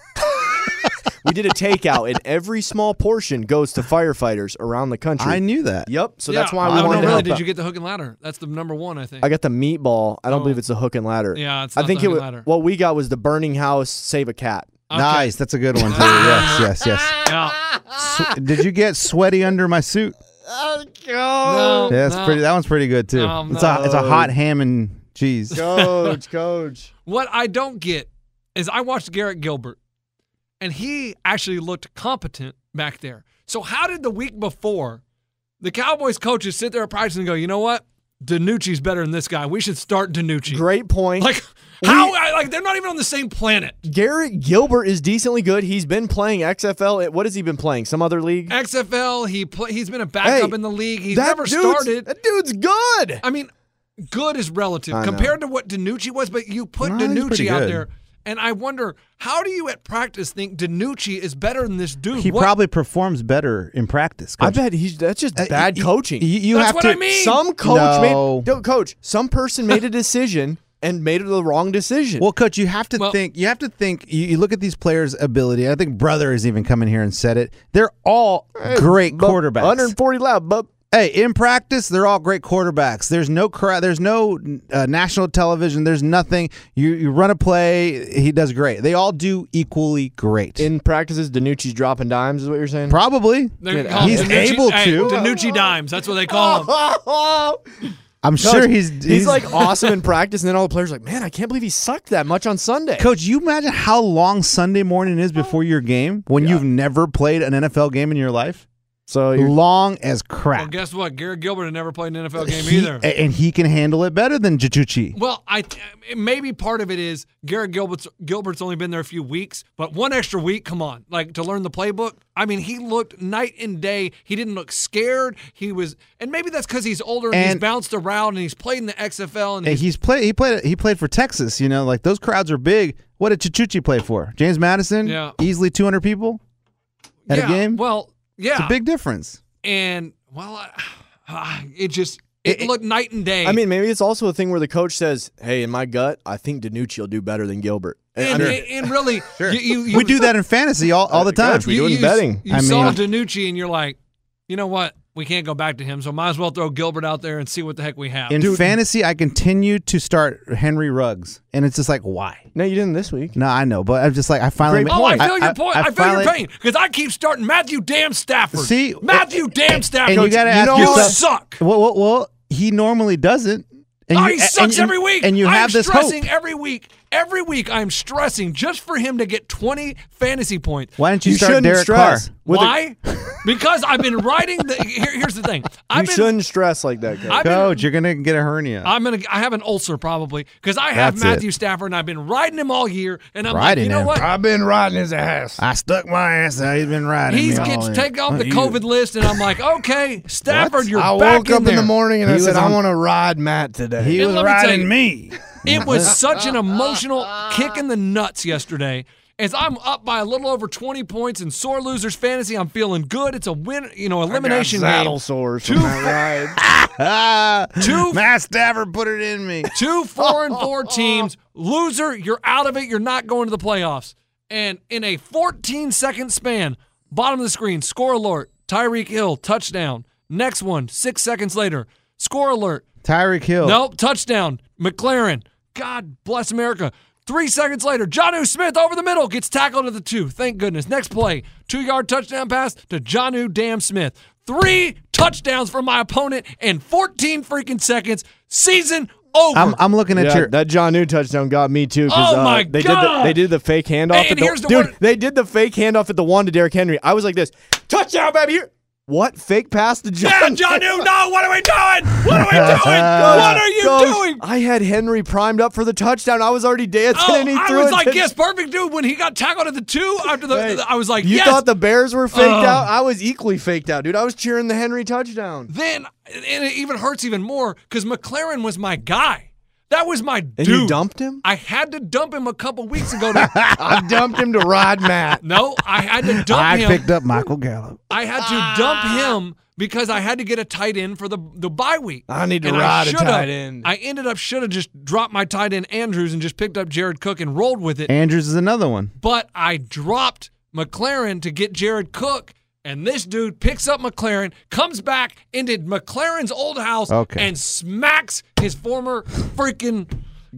we did a takeout, and every small portion goes to firefighters around the country. I knew that. Yep. So that's why I we don't wanted know, Oh, to really. help Did out. you get the hook and ladder? That's the number one, I think. I got the meatball. I don't Oh. believe it's a hook and ladder. Yeah, it's I not think the it hook was. and ladder. What we got was the burning house, save a cat. Nice. That's a good one, too. yes, yes, yes. Yeah. Ah. Sw- Did you get sweaty under my suit? No, Yeah, that's no. Oh, pretty. That one's pretty good too. No, it's a it's a hot ham and cheese. Coach, coach. What I don't get is I watched Garrett Gilbert, and he actually looked competent back there. So how did the week before the Cowboys coaches sit there at practice and go, you know what? Danucci's better than this guy. We should start Danucci. Great point. Like, How? I, like they're not even on the same planet. Garrett Gilbert is decently good. He's been playing XFL. What has he been playing? Some other league? XFL. He play, He's been a backup Hey, in the league. He's that never dude's- started. That dude's good. I mean, good is relative I know. compared to what Danucci was, but you put No, he's Danucci pretty out good. there, and I wonder how do you at practice think Danucci is better than this dude? He What- probably performs better in practice. I Coach. bet he's that's just Uh, bad y- y- coaching. y- You, That's have what to. I mean. some coach No. made no, coach. Some person made a decision and made the wrong decision. Well, coach, you have to Well- think. You have to think. You, you look at these players' ability. I think brother has even come in here and said it. They're all great But quarterbacks. 140 left, but Hey, in practice, they're all great quarterbacks. There's no cra- there's no uh, national television. There's nothing. You you run a play, he does great. They all do equally great. in practices, Danucci's dropping dimes. Is what you're saying? Probably. They're called He's able hey, to. Danucci dimes. That's what they call him. I'm sure he's he's like awesome in practice, and then all the players are like, man, I can't believe he sucked that much on Sunday. Coach, you imagine how long Sunday morning is before your game when you've never played an NFL game in your life? So you're Long as crap. Well, guess what? Garrett Gilbert had never played an NFL game He- either. a- and he can handle it better than Jachuchi. Well, I th- maybe part of it is Garrett Gilbert's Gilbert's only been there a few weeks, but one extra week, come on, like to learn the playbook. I mean, he looked night and day. He didn't look scared. He was, and maybe that's because he's older and, And- he's bounced around and he's played in the XFL and And he's, he's played. He played. He played for Texas. You know, like those crowds are big. What did Chichuchi play for? James Madison. Yeah. Easily 200 people at Yeah, a game. Well, yeah, it's a big difference. and well, I, ah, it just it, looked night and day. I mean, maybe it's also a thing where the coach says, "Hey, in my gut, I think Danucci will do better than Gilbert." I and, mean, and- and really, you, you, you we do that in fantasy all, all the time. Coach, we do it in you, betting. You I saw mean- Danucci and you're like, you know what? We can't go back to him, so might as well throw Gilbert out there and see what the heck we have. in fantasy, I continue to start Henry Ruggs, and it's just like, why? no, you didn't this week. No, I know, but I'm just like, I finally. Great ma- Oh, I point. feel your point. I, feel finally- your pain because I keep starting Matthew Damn Stafford. See, Matthew Damn Stafford. And you got to ask know yourself. you suck. Well, well, well, he normally doesn't. And oh, you- he and- sucks and- every week. And you I'm have this hope. stressing every week. Every week I'm stressing just for him to get 20 fantasy points. Why don't you, You start shouldn't Derek stress. Carr? With a- Why? because I've been writing the. Here, here's the thing. I've you been, shouldn't stress like that, coach. I've been Coach, you're gonna get a hernia. I'm gonna. I have an ulcer probably because I have That's Matthew it. Stafford and I've been riding him all year. And I'm Riding like, you know him. what? I've been riding his ass. I stuck my ass out. He's been riding. He me all gets in. take off the You- COVID list, and I'm like, okay, Stafford, you're I back woke in up in, there. the morning and He I said, was on- I want to ride Matt today. He And was let me tell you- riding me. It was such an emotional kick in the nuts yesterday. As I'm up by a little over 20 points in sore losers fantasy, I'm feeling good. It's a win, you know, elimination I got saddle game. sores. Two, from that ride. Ah, Two- Matt Stafford put it in me. Two four and four teams. Loser, you're out of it. You're not going to the playoffs. And in a 14 second span, bottom of the screen, score alert. Tyreek Hill, touchdown. Next one, six seconds later, score alert. Tyreek Hill. Nope, touchdown. McLaren. God bless America. Three seconds later, Johnu Smith over the middle gets tackled at the two. Thank goodness. Next play, two yard touchdown pass to Johnu Damn Smith. Three touchdowns from my opponent in 14 freaking seconds. Season over. I'm, I'm looking at Yeah, your. that John New touchdown got me too. 'cause, Oh uh, my they Did God! the, they did the fake handoff. And at the, here's the dude, one- they did the fake handoff at the one to Derrick Henry. I was like this, touchdown, baby. Here. What fake pass to John? yeah, Johnu, no, what are we doing? What are we doing? what are you Gosh, doing? I had Henry primed up for the touchdown. I was already dancing, Oh, and he I threw was it. like, to- yes, perfect, dude. When he got tackled at the two, after the, Hey, I was like, you yes. thought the Bears were faked Ugh. out? I was equally faked out, dude. I was cheering the Henry touchdown. then and it even hurts even more because McLaren was my guy. That was my dude. And you dumped him? I had to dump him a couple weeks ago. To, I dumped him to ride Matt. no, I had to dump I him. picked up Michael Gallup. I had to dump him because I had to get a tight end for the the bye week. I need to And ride a shoulda- tight end. I ended up should have just dropped my tight end Andrews and just picked up Jared Cook and rolled with it. Andrews is another one. but I dropped McLaren to get Jared Cook. And this dude picks up McLaren, comes back into McLaren's old house, Okay. and smacks his former freaking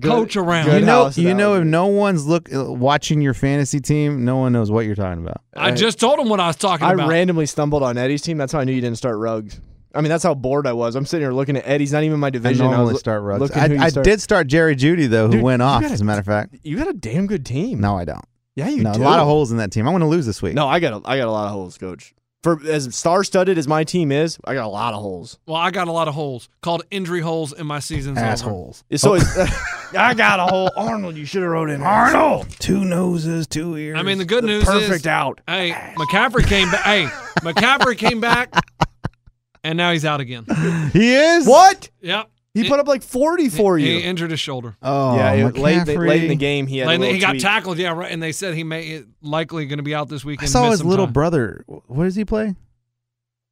coach around. good You know, house, you that know, was if no one's look uh, watching your fantasy team, no one knows what you're talking about. I just told him what I was talking I about. randomly stumbled on Eddie's team. That's how I knew you didn't start Ruggs. I mean, that's how bored I was. I'm sitting here looking at Eddie's. Not even my I division. normally was loo- start rugs. looking I, who you I start. did start Jerry Judy though, who Dude, went you off. gotta- As a matter of fact, You got a damn good team. no, I don't. yeah, you No, a do. lot of holes in that team. I'm going to lose this week. No, I got a, I got a lot of holes, coach. For as star-studded as my team is, I got a lot of holes. well, I got a lot of holes called injury holes in my season's over. assholes. So it's, I got a whole Arnold. You should have wrote in Arnold. Two noses, two ears. I mean, the good news is perfect out. Hey, McCaffrey came back. Hey, McCaffrey came back, and now he's out again. He is What? Yep. He put up like 40 for He you. injured his shoulder. Oh, yeah, it- late, McCaffrey. late in the game, he had. a Like, little he got tweak. tackled. Yeah, right. And they said he may likely going to be out this I weekend. saw miss his some little time. brother. What does he play?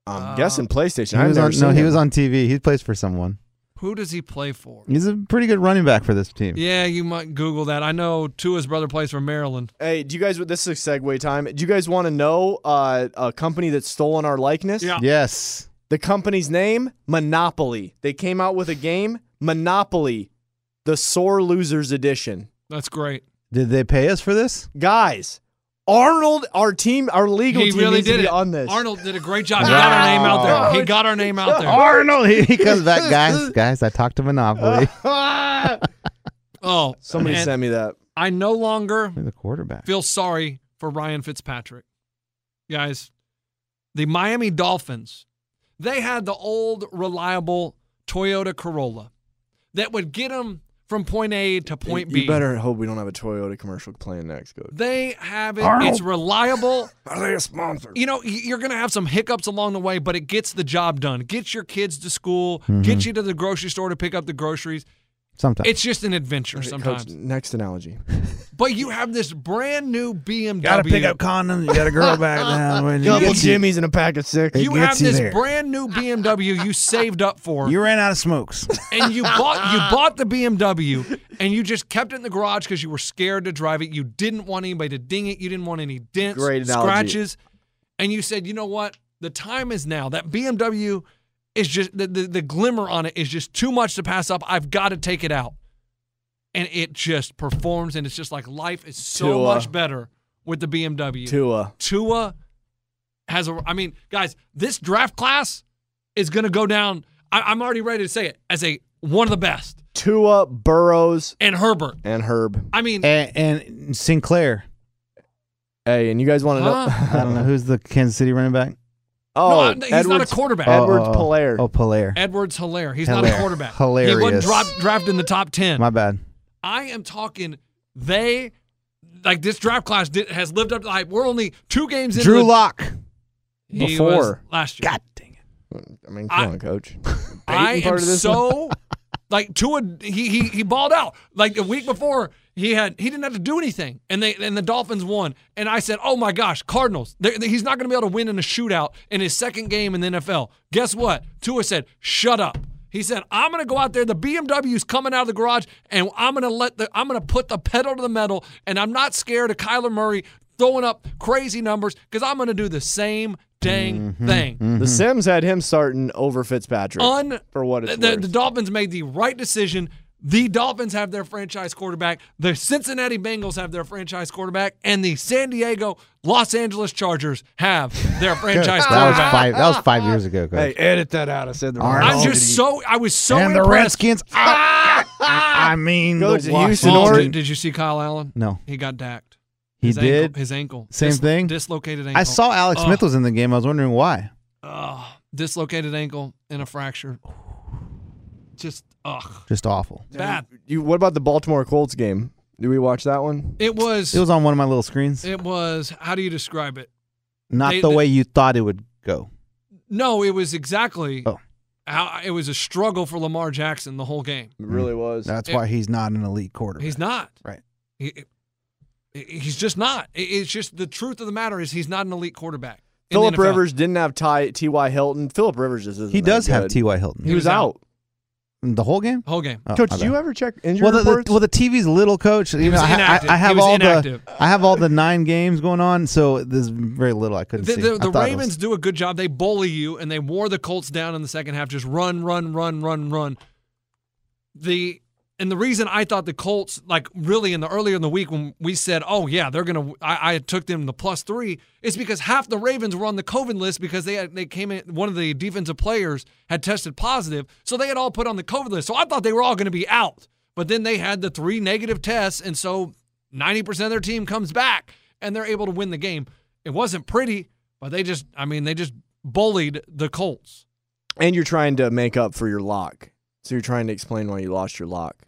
I'm Uh, guessing PlayStation. He I've was never on, seen no, he him. was on TV. He plays for someone. Who does he play for? He's a pretty good running back for this team. Yeah, you might Google that. I know Tua's brother plays for Maryland. Hey, do you guys? This is a segue time. Do you guys want to know uh, a company that's stolen our likeness? Yeah. Yes. The company's name Monopoly. They came out with a game Monopoly, the sore losers edition. That's great. Did they pay us for this? Guys, Arnold, our team, our legal he team really needs did to be it. on this. Arnold did a great job. He got our name out there. He got our name out Oh, there. Arnold. He, he comes back, guys. Guys, I talked to Monopoly. Oh, Somebody and sent me that. I no longer You're the quarterback. feel sorry for Ryan Fitzpatrick. Guys, the Miami Dolphins, they had the old reliable Toyota Corolla that would get them from point A to point you, B. you better hope we don't have a Toyota commercial playing next, coach. They have it. Arnold. It's reliable. Are they a sponsor? You know, y- you're going to have some hiccups along the way, but it gets the job done. Gets your kids to school, Mm-hmm. gets you to the grocery store to pick up the groceries. Sometimes. It's just an adventure Coach, sometimes. next analogy. But you have this brand new BMW. Gotta pick up condoms. You got a girl back down. when you- Double jimmies and a pack of six. It you gets have you this there. brand new BMW you saved up for, You ran out of smokes. and you bought you bought the BMW, and you just kept it in the garage because you were scared to drive it. You didn't want anybody to ding it. You didn't want any dents, Great analogy. scratches, and you said, you know what? The time is now. That BMW is just the, the the glimmer on it is just too much to pass up. I've got to take it out, and it just performs, and it's just like life is so Tua. much better with the BMW. Tua. Tua has a. I mean, guys, this draft class is going to go down. I, I'm already ready to say it as a one of the best. Tua, Burrows, And Herbert. and Herb. I mean, and, and Sinclair. Hey, and you guys want to Huh? know? I don't know who's the Kansas City running back. Oh, no, he's not a Edwards, quarterback. Oh, Edwards oh, oh. Polaire. Oh, Polaire. Edwards Hilaire. He's not Hilaire. a quarterback. He wasn't Hilarious. drop, drafted in the top ten. My bad. I am talking they. Like this draft class did, has lived up to the hype. We're only two games in. Drew Lock. Before. last year. dang it. I mean, I- come on, coach. I part am of this so like Tua. He he he balled out like a week before. He had he didn't have to do anything, and they and the Dolphins won. And I said, "Oh my gosh, Cardinals! They're, they- he's not going to be able to win in a shootout in his second game in the NFL." Guess what? Tua said, "Shut up." He said, "I'm going to go out there. The BMW's coming out of the garage, and I'm going to let the I'm going to put the pedal to the metal, and I'm not scared of Kyler Murray throwing up crazy numbers because I'm going to do the same dang Mm-hmm, thing." The Sims had him starting over Fitzpatrick. un for what it's the, the worth. Dolphins made the right decision. The Dolphins have their franchise quarterback. The Cincinnati Bengals have their franchise quarterback, and the San Diego Los Angeles Chargers have their franchise That was quarterback. five. That was five years ago. Coach. Hey, edit that out. I said the wrong Arnold. I'm thing. just so I was so and the impressed. Redskins. Ah! I mean, Go the to Washington. Houston, Oh, Oregon. did, did you see Kyle Allen? No. he got dacked. He his did? ankle, his ankle. Same thing? Dislocated ankle. I saw Alex Ugh. Smith was in the game. I was wondering why. Ugh. dislocated ankle and a fracture. Just ugh, Just awful. bad. You, what about the Baltimore Colts game? Did we watch that one? It was. It was on one of my little screens. It was. How do you describe it? Not they- the they- way you thought it would go. No, it was exactly Oh. how it was a struggle for Lamar Jackson the whole game. It really was. That's why he's not an elite quarterback. He's not. Right. He- he- he's just not. It- It's just the truth of the matter is he's not an elite quarterback. in the Philip NFL. Rivers didn't have Ty, T.Y. Hilton. Philip Rivers just isn't He that does have good. T.Y. Hilton. He was out. the whole game? Whole game. Oh, Coach, my do you bad. ever check injury well, the, the, reports? well, the TV's little, coach. You know, was I, I, inactive. I have He was all inactive. the I have all the nine games going on, so there's very little I couldn't The, see. the, I the thought it Ravens was- do a good job. They bully you and they wore the Colts down in the second half. Just run, run, run, run, run. The and the reason I thought the Colts, like really in the earlier in the week when we said, "Oh yeah, they're gonna," I, I took them the plus three, is because half the Ravens were on the COVID list because they had, they came in. One of the defensive players had tested positive, so they had all put on the COVID list. So I thought they were all going to be out, but then they had the three negative tests, and so ninety percent of their team comes back and they're able to win the game. It wasn't pretty, but they just, I mean, they just bullied the Colts. and you're trying to make up for your lock. So you're trying to explain why you lost your lock.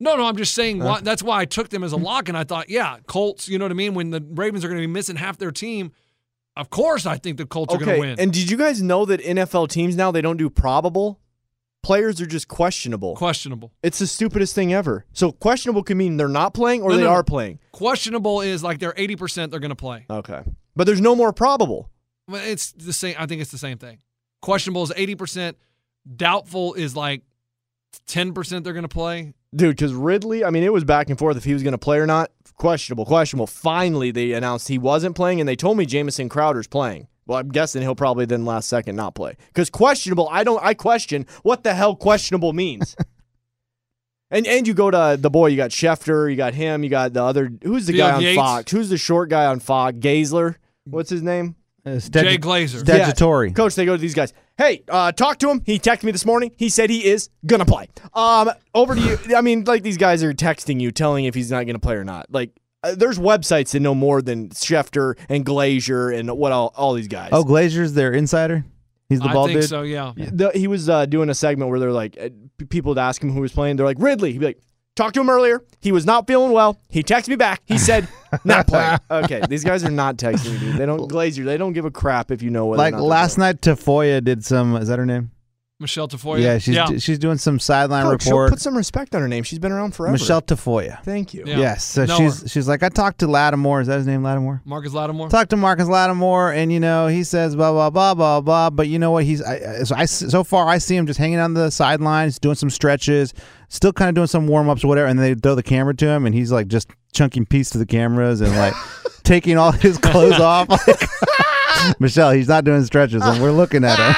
No, no, I'm just saying why, that's why I took them as a lock, and I thought, yeah, Colts. You know what I mean? When the Ravens are going to be missing half their team, of course I think the Colts are going to Okay. win. And did you guys know that NFL teams now they don't do probable? Players are just questionable. questionable. it's the stupidest thing ever. So questionable can mean they're not playing or No, they no. are playing. Questionable is like they're 80 percent they're going to play. Okay. But there's no more probable. Well, It's the same. I think it's the same thing. Questionable is 80 percent. Doubtful is like 10 percent they're going to play. Dude, because Ridley, I mean, it was back and forth if he was going to play or not. Questionable, questionable. Finally, they announced he wasn't playing, and they told me Jamison Crowder's playing. Well, I'm guessing he'll probably then last second not play because questionable. I don't. I question what the hell questionable means. and and you go to the boy. You got Schefter. You got him. You got the other. Who's the Field guy on Yates. Fox? Who's the short guy on Fox? Gaisler. What's his name? Uh, Jay statu- Glazer. statu- Statutory. Yeah. Coach, they go to these guys. Hey, uh, talk to him. He texted me this morning. He said he is gonna play. Um, over to you. I mean, like these guys are texting you, telling if he's not gonna play or not. Like, uh, there's websites that know more than Schefter and Glazier and what all, all these guys. Oh, Glazer's their insider. He's the I ball think dude. so. Yeah. The- he was uh, doing a segment where they're like, uh, p- people would ask him who was playing. They're like Ridley. He'd be like, talked to him earlier. He was not feeling well. He texted me back. He said not playing. Okay, these guys are not texting you. Dude. They don't Glazier. They don't give a crap if you know what. Like last night, Tafoya did some. Is that her name? Michelle Tafoya. Yeah, she's she's doing some sideline Coach, she'll report. Put some respect on her name. She's been around forever. Michelle Tafoya. Thank you. Yeah. Yes, so Know she's her. she's like I talked to Lattimore. Is that his name, Lattimore? Marcus Lattimore. Talked to Marcus Lattimore, and you know he says blah blah blah blah blah. But you know what? He's I, I- so I so far I see him just hanging on the sidelines, doing some stretches, still kind of doing some warm ups or whatever. And they throw the camera to him, and he's like just chunking piece to the cameras and like taking all his clothes off. Like, Michelle, he's not doing stretches, and we're looking at him.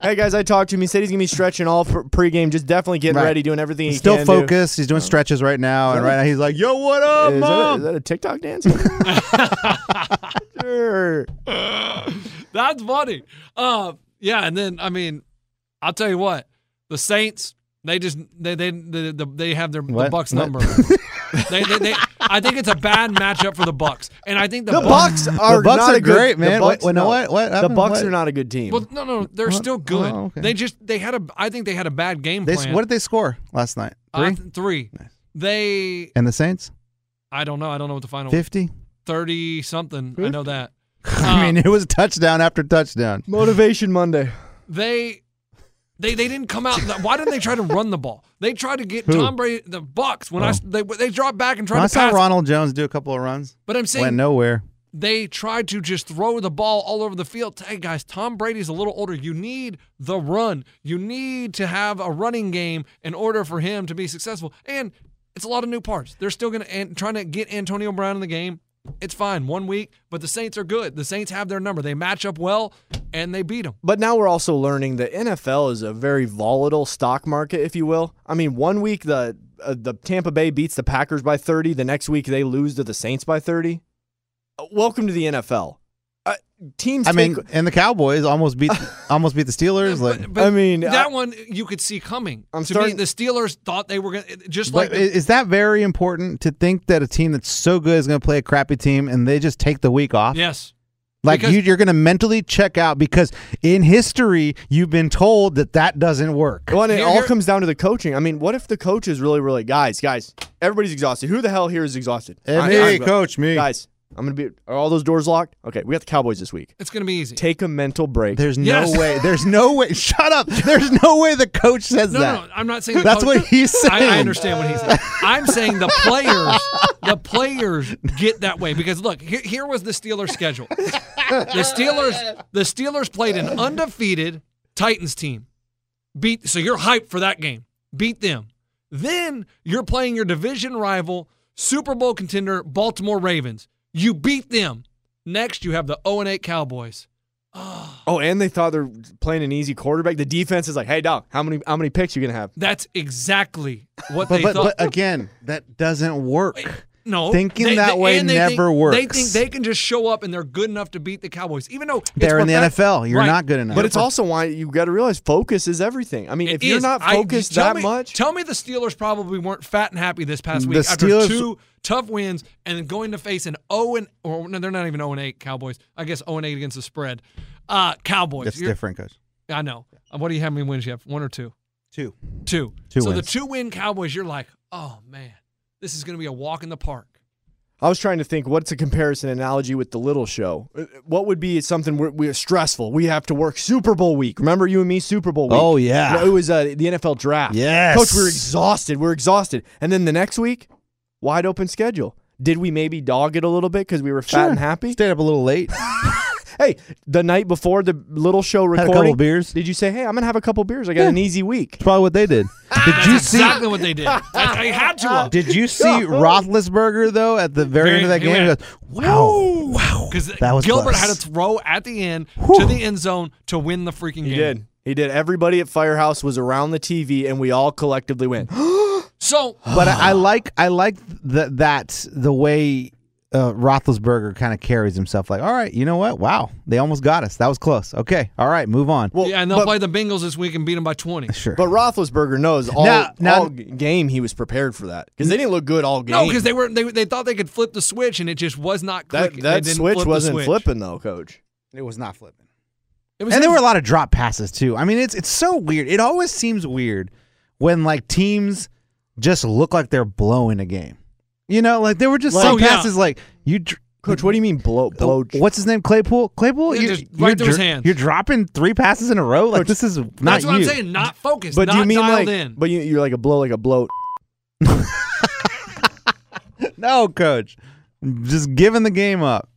Hey guys, I talked to him. He said he's gonna be stretching all for pregame, just definitely getting Right. ready, doing everything he Still can. do. focused. He's doing stretches right now, and right now he's like, "Yo, what up, Is, that a, is mom?" that a TikTok dance? sure. That's funny. Uh, yeah, and then I mean, I'll tell you what, the Saints they just they they they, the, they have their the What? Bucks What? number. they, they, they, I think it's a bad matchup for the Bucks, and I think the, The Bucks are Bucks not are a good- great, the man. Bucks- Wait, wait, no, no. what- what the happened? Bucks What? are not a good team. Well, no, no, they're What? still good. Oh, okay. They just they had a. I think they had a bad game They, plan. what did they score last night? Three. Uh, three. They. and the Saints I don't know. I don't know what the final fifty. thirty something. I know that. I Uh, mean, it was touchdown after touchdown. Motivation Monday. they they they didn't come out. Why didn't they try to run the ball? They tried to get Who? Oh. Tom Brady the Bucks when I s- they they dropped back and tried I to pass. saw Ronald Jones do a couple of runs. but I'm Went saying nowhere. they tried to just throw the ball all over the field. Hey guys, Tom Brady's a little older. You need the run. You need to have a running game in order for him to be successful. And it's a lot of new parts. They're still gonna and trying to get Antonio Brown in the game. It's fine, one week, but the Saints are good. The Saints have their number. They match up well, and they beat them. But now we're also learning that NFL is a very volatile stock market, if you will. I mean, one week the uh, the Tampa Bay beats the Packers by 30, the next week they lose to the Saints by 30. Uh, welcome to the NFL. Uh, teams I mean, take- and the Cowboys almost beat almost beat the Steelers. Like, But, I mean, that I- one you could see coming. I'm to starting- me, the Steelers thought they were gonna just like but the, is that very important to think that a team that's so good is going to play a crappy team and they just take the week off? yes. like because- you, you're going to mentally check out because in history you've been told that that doesn't work. Well, and it Here- all here- comes down to the coaching. I mean, what if the coach is really, really guys, guys? Everybody's exhausted. Who the hell here is exhausted? Eh, I- me, I'm- coach, me. Guys, I'm gonna be. Are all those doors locked? Okay, we got the Cowboys this week. It's gonna be easy. Take a mental break. There's Yes. no way. There's no way. Shut up. There's no way the coach says No, that. no, no, I'm not saying the That's coach- what he's I, I saying. understand what he's saying. I'm saying the players, the players get that way because look, here, here was the Steelers' schedule. The Steelers, the Steelers played an undefeated Titans team. Beat so you're hyped for that game. Beat them. Then you're playing your division rival, Super Bowl contender Baltimore Ravens. You beat them. Next, you have the 0 8 Cowboys. Oh, and they thought they're playing an easy quarterback. The defense is like, hey, dog, how many how many picks you gonna have? That's exactly what But they but, thought. but again, that doesn't work. No, Thinking they- that they- way and they never think, They works. think they can just show up and they're good enough to beat the Cowboys, even though it's They're in the perfect- NFL. You're Right. not good enough. But it's also why you got to realize focus is everything. I mean, It if you're is. not I- focused tell that me- much, tell me the Steelers probably weren't fat and happy this past The week after Steelers- two tough wins and then going to face an 0 and or no, they're not even 0 and 8 Cowboys. I guess 0 and 8 against the spread. Uh, Cowboys. That's You're- different, coach. I know. Uh, What do you have? How many wins you have? One or two? Two. Two. Two so the wins. two win Cowboys, you're like, oh man, this is going to be a walk in the park. I was trying to think what's a comparison analogy with the little show. Uh, What would be something we're, we're stressful? We have to work Super Bowl week. Remember you and me Super Bowl week? Oh, yeah. No, it was uh, the NFL draft. Yes. coach, we we're exhausted. We're exhausted. And then the next week, wide open schedule. Did we maybe dog it a little bit because we were fat and happy? Stayed up a little late. Hey, the night before the little show a recording, couple beers. Did you say, "Hey, I'm gonna have a couple beers. I got Yeah. an easy week." That's probably what they did. Did you see? Exactly what they did. I, I had to. have. Did you see Roethlisberger though at the very end of that game? Yeah. He goes, wow, wow, Because that was Gilbert close. had a throw at the end to the end zone to win the freaking game. He did. He did. Everybody at Firehouse was around the TV, and we all collectively went. So but I, I like I like that that the way uh, Roethlisberger kind of carries himself. Like, all right, you know what? Wow, they almost got us. That was close. Okay, all right, move on. Well, yeah, and they'll but- play the Bengals this week and beat them by twenty. sure. But Roethlisberger knows all, Now- now- all g- game he was prepared for that because they didn't look good all game. No, because they were they, they thought they could flip the switch and it just was not that clicking. that They didn't switch flip the wasn't switch. flipping though, Coach. it was not flipping. It was And there were a lot of drop passes too. I mean, it's it's so weird. It always seems weird when like teams just look like they're blowing a game. You know, like there were just Like- some Oh, yeah. passes like you. Dr- Coach, what do you mean blow blow? Oh, what's his name? Claypool. Claypool. Yeah, you- just right through his dr- hands. You're dropping three passes in a row. Like this is not That's what you. I'm saying. Not focused. but not do you mean dialed like? in. But you, you're like a blow, like a blow. No, coach. Just giving the game up.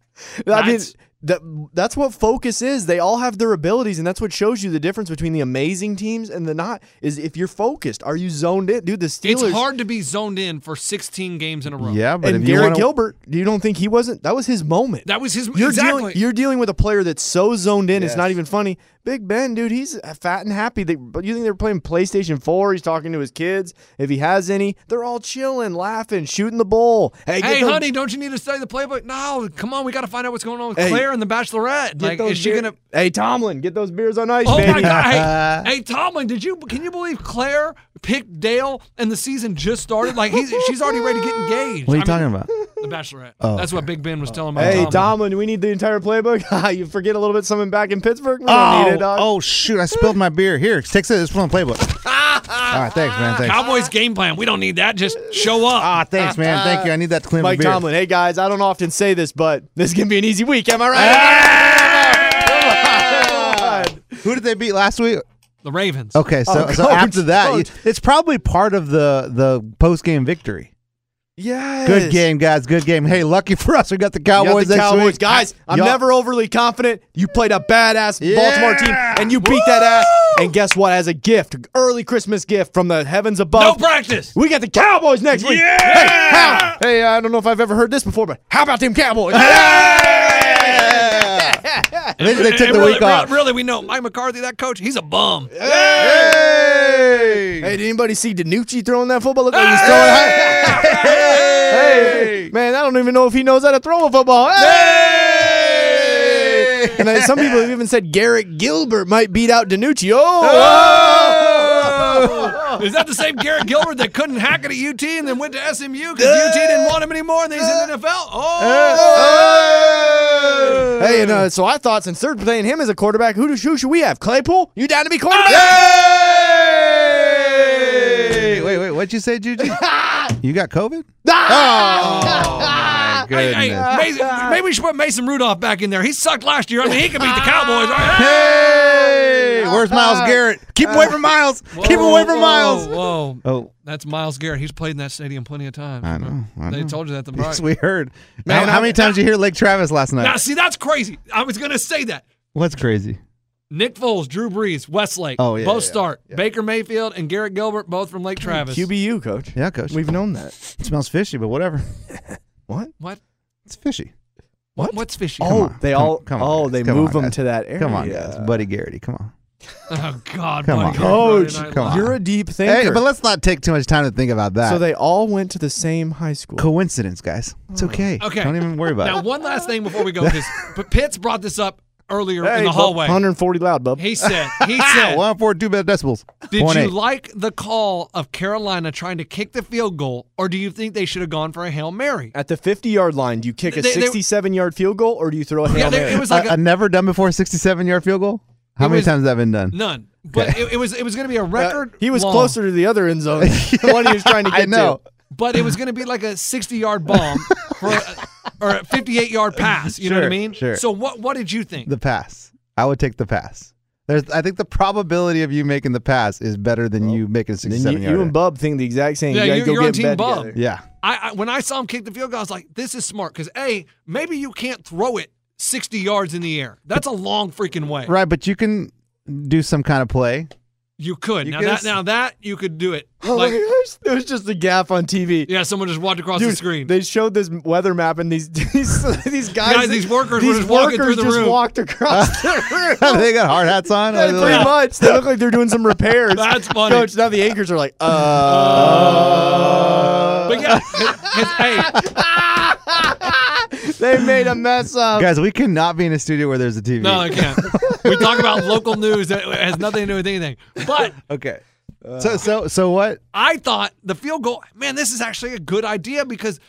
I mean, That's- that that's what focus is. They all have their abilities, and that's what shows you the difference between the amazing teams and the not. Is if you're focused, are you zoned in, dude? The Steelers. it's hard to be zoned in for 16 games in a row. Yeah, but and if you Garrett want Gilbert, you don't think he wasn't? That was his moment. That was his You're exactly. dealing. You're dealing with a player that's so zoned in. It's Yes. not even funny. Big Ben, dude, he's fat and happy. They, but you think they're playing PlayStation Four? He's talking to his kids, if he has any. They're all chilling, laughing, shooting the bull. Hey, get hey, those- honey, don't you need to study the playbook? No, come on, we got to find out what's going on with Hey, Claire and the Bachelorette. get Like, those is she beer- gonna? Hey, Tomlin, get those beers on ice, Oh baby. my God! Hey, hey, Tomlin, did you? Can you believe Claire picked Dale and the season just started? Like, he's she's already ready to get engaged. What are you I talking mean, about? Oh, The Bachelorette. That's what Big Ben was telling about. Hey, Tomlin. Tomlin, we need the entire playbook. Ah, you forget a little bit something back in Pittsburgh. We don't need it, dog. oh, shoot! I spilled my beer. Here, take this. It's from the playbook. All right, thanks, man. Thanks. Cowboys game plan. We don't need that. Just show up. Ah, thanks, man. Thank you. I need that to clean Mike my beer. Tomlin. Hey guys, I don't often say this, but this is gonna be an easy week. Am I right? Come on. Come on. Who did they beat last week? the Ravens. Okay, so, Oh, so coach, after that, you- coach. it's probably part of the the post game victory. Yes. Good game, guys. Good game. Hey, lucky for us, we got the You got Cowboys. the next Cowboys, week. guys. I'm Y'all- never overly confident. You played a badass Yeah. Baltimore team, and you beat that ass. And guess what? As a gift, early Christmas gift from the heavens No above, practice. we got the Cowboys next week. Hey, how? Hey, I don't know if I've ever heard this before, but how about them Cowboys? They, they took And the really, week really- off. Really, we know Mike McCarthy, that coach, he's a bum. Hey! Hey, did anybody see Danucci throwing that football? Look like he's throwing. Hey, man, I don't even know if he knows how to throw a football. Hey! And then some people have even said Garrett Gilbert might beat out Danucci. Oh! Oh! Is that the same Garrett Gilbert that couldn't hack it at UT and then went to SMU because UT didn't want him anymore and then he's in the NFL? Oh, Hey, and uh, so I thought since they're playing him as a quarterback, who, do, who should we have? Claypool? You down to be quarterback? Hey, wait, wait. What'd you say, Juju? you got COVID? Oh, my hey, hey, goodness. Mason, maybe we should put Mason Rudolph back in there. He sucked last year. I mean, he could Ah. beat the Cowboys. Right? Hey, where's Miles Garrett? Keep away from Miles. Keep away from Whoa, Miles. Whoa, Oh, that's Miles Garrett. He's played in that stadium plenty of times. I know. I They know. told you that the Yes, right. we heard. how, Man, I- how many times did you hear Lake Travis last night? Now, see, that's crazy. I was going to say that. What's crazy? Nick Foles, Drew Brees, Westlake, Oh, yeah, both yeah, start. Baker Mayfield and Garrett Gilbert, both from Lake Travis. QBU, coach. Yeah, coach. We've known that. It smells fishy, but whatever. What? What? It's fishy. What? What's fishy? Come Oh, on. they Come- all- Come oh, on, guys. they Come move on, them guys. to that Come on, area. guys. Buddy Garrity, come on. Oh God, Come buddy. on. Oh, Friday Night come Live. on. You're a deep thinker. Hey, but let's not take too much time to think about that. so they all went to the same high school. coincidence, guys. It's okay. Okay. Don't even worry about Now, it. one last thing before we go, because P- Pitts brought this up earlier Hey, in the bub, hallway. 140 loud, bub. He said, he said, One four two bad decibels. did Point you eight. like the call of Carolina trying to kick the field goal, or do you think they should have gone for a hail mary? At the 50 yard line, do you kick a They- they- 67 yard field goal or do you throw a Yeah, hail they- mary? it was a, like a, a never done before 67 yard field goal? How It many was- times has that been done? none. But it, it was it was going to be a record. Uh, he was long, closer to the other end zone than what he was trying to get I know. to. but it was going to be like a sixty-yard bomb for a, or a fifty-eight-yard pass. You know what I Sure, mean? sure. So what what did you think? The pass. I would take the pass. There's, I think the probability of you making the pass is better than you making a Then 67 you, you and Bub think the exact same. Yeah, you gotta you- go you're get on in team bed Bub. together. Yeah. I, I when I saw him kick the field goal, I was like, "This is smart." Because a maybe you can't throw it sixty yards in the air. That's a long freaking way. Right, but you can do some kind of play. You could You now could that s- now that you could do it. Oh Like my gosh, there was just a gap on TV. yeah, someone just walked across Dude, the screen. They showed this weather map, and these these, these guys, Guys, these workers were these just walking through workers the just room. walked across the room. they got hard hats on. Yeah, pretty much. They look like they're doing some repairs. That's funny. Coach, now the anchors are like, uh. Uh, but yeah, it's- hey, they made a mess up. Guys, we cannot be in a studio where there's a TV. no, I can't. We talk about local news that has nothing to do with anything. But okay. Uh, so so so what? I thought the field goal, man, this is actually a good idea because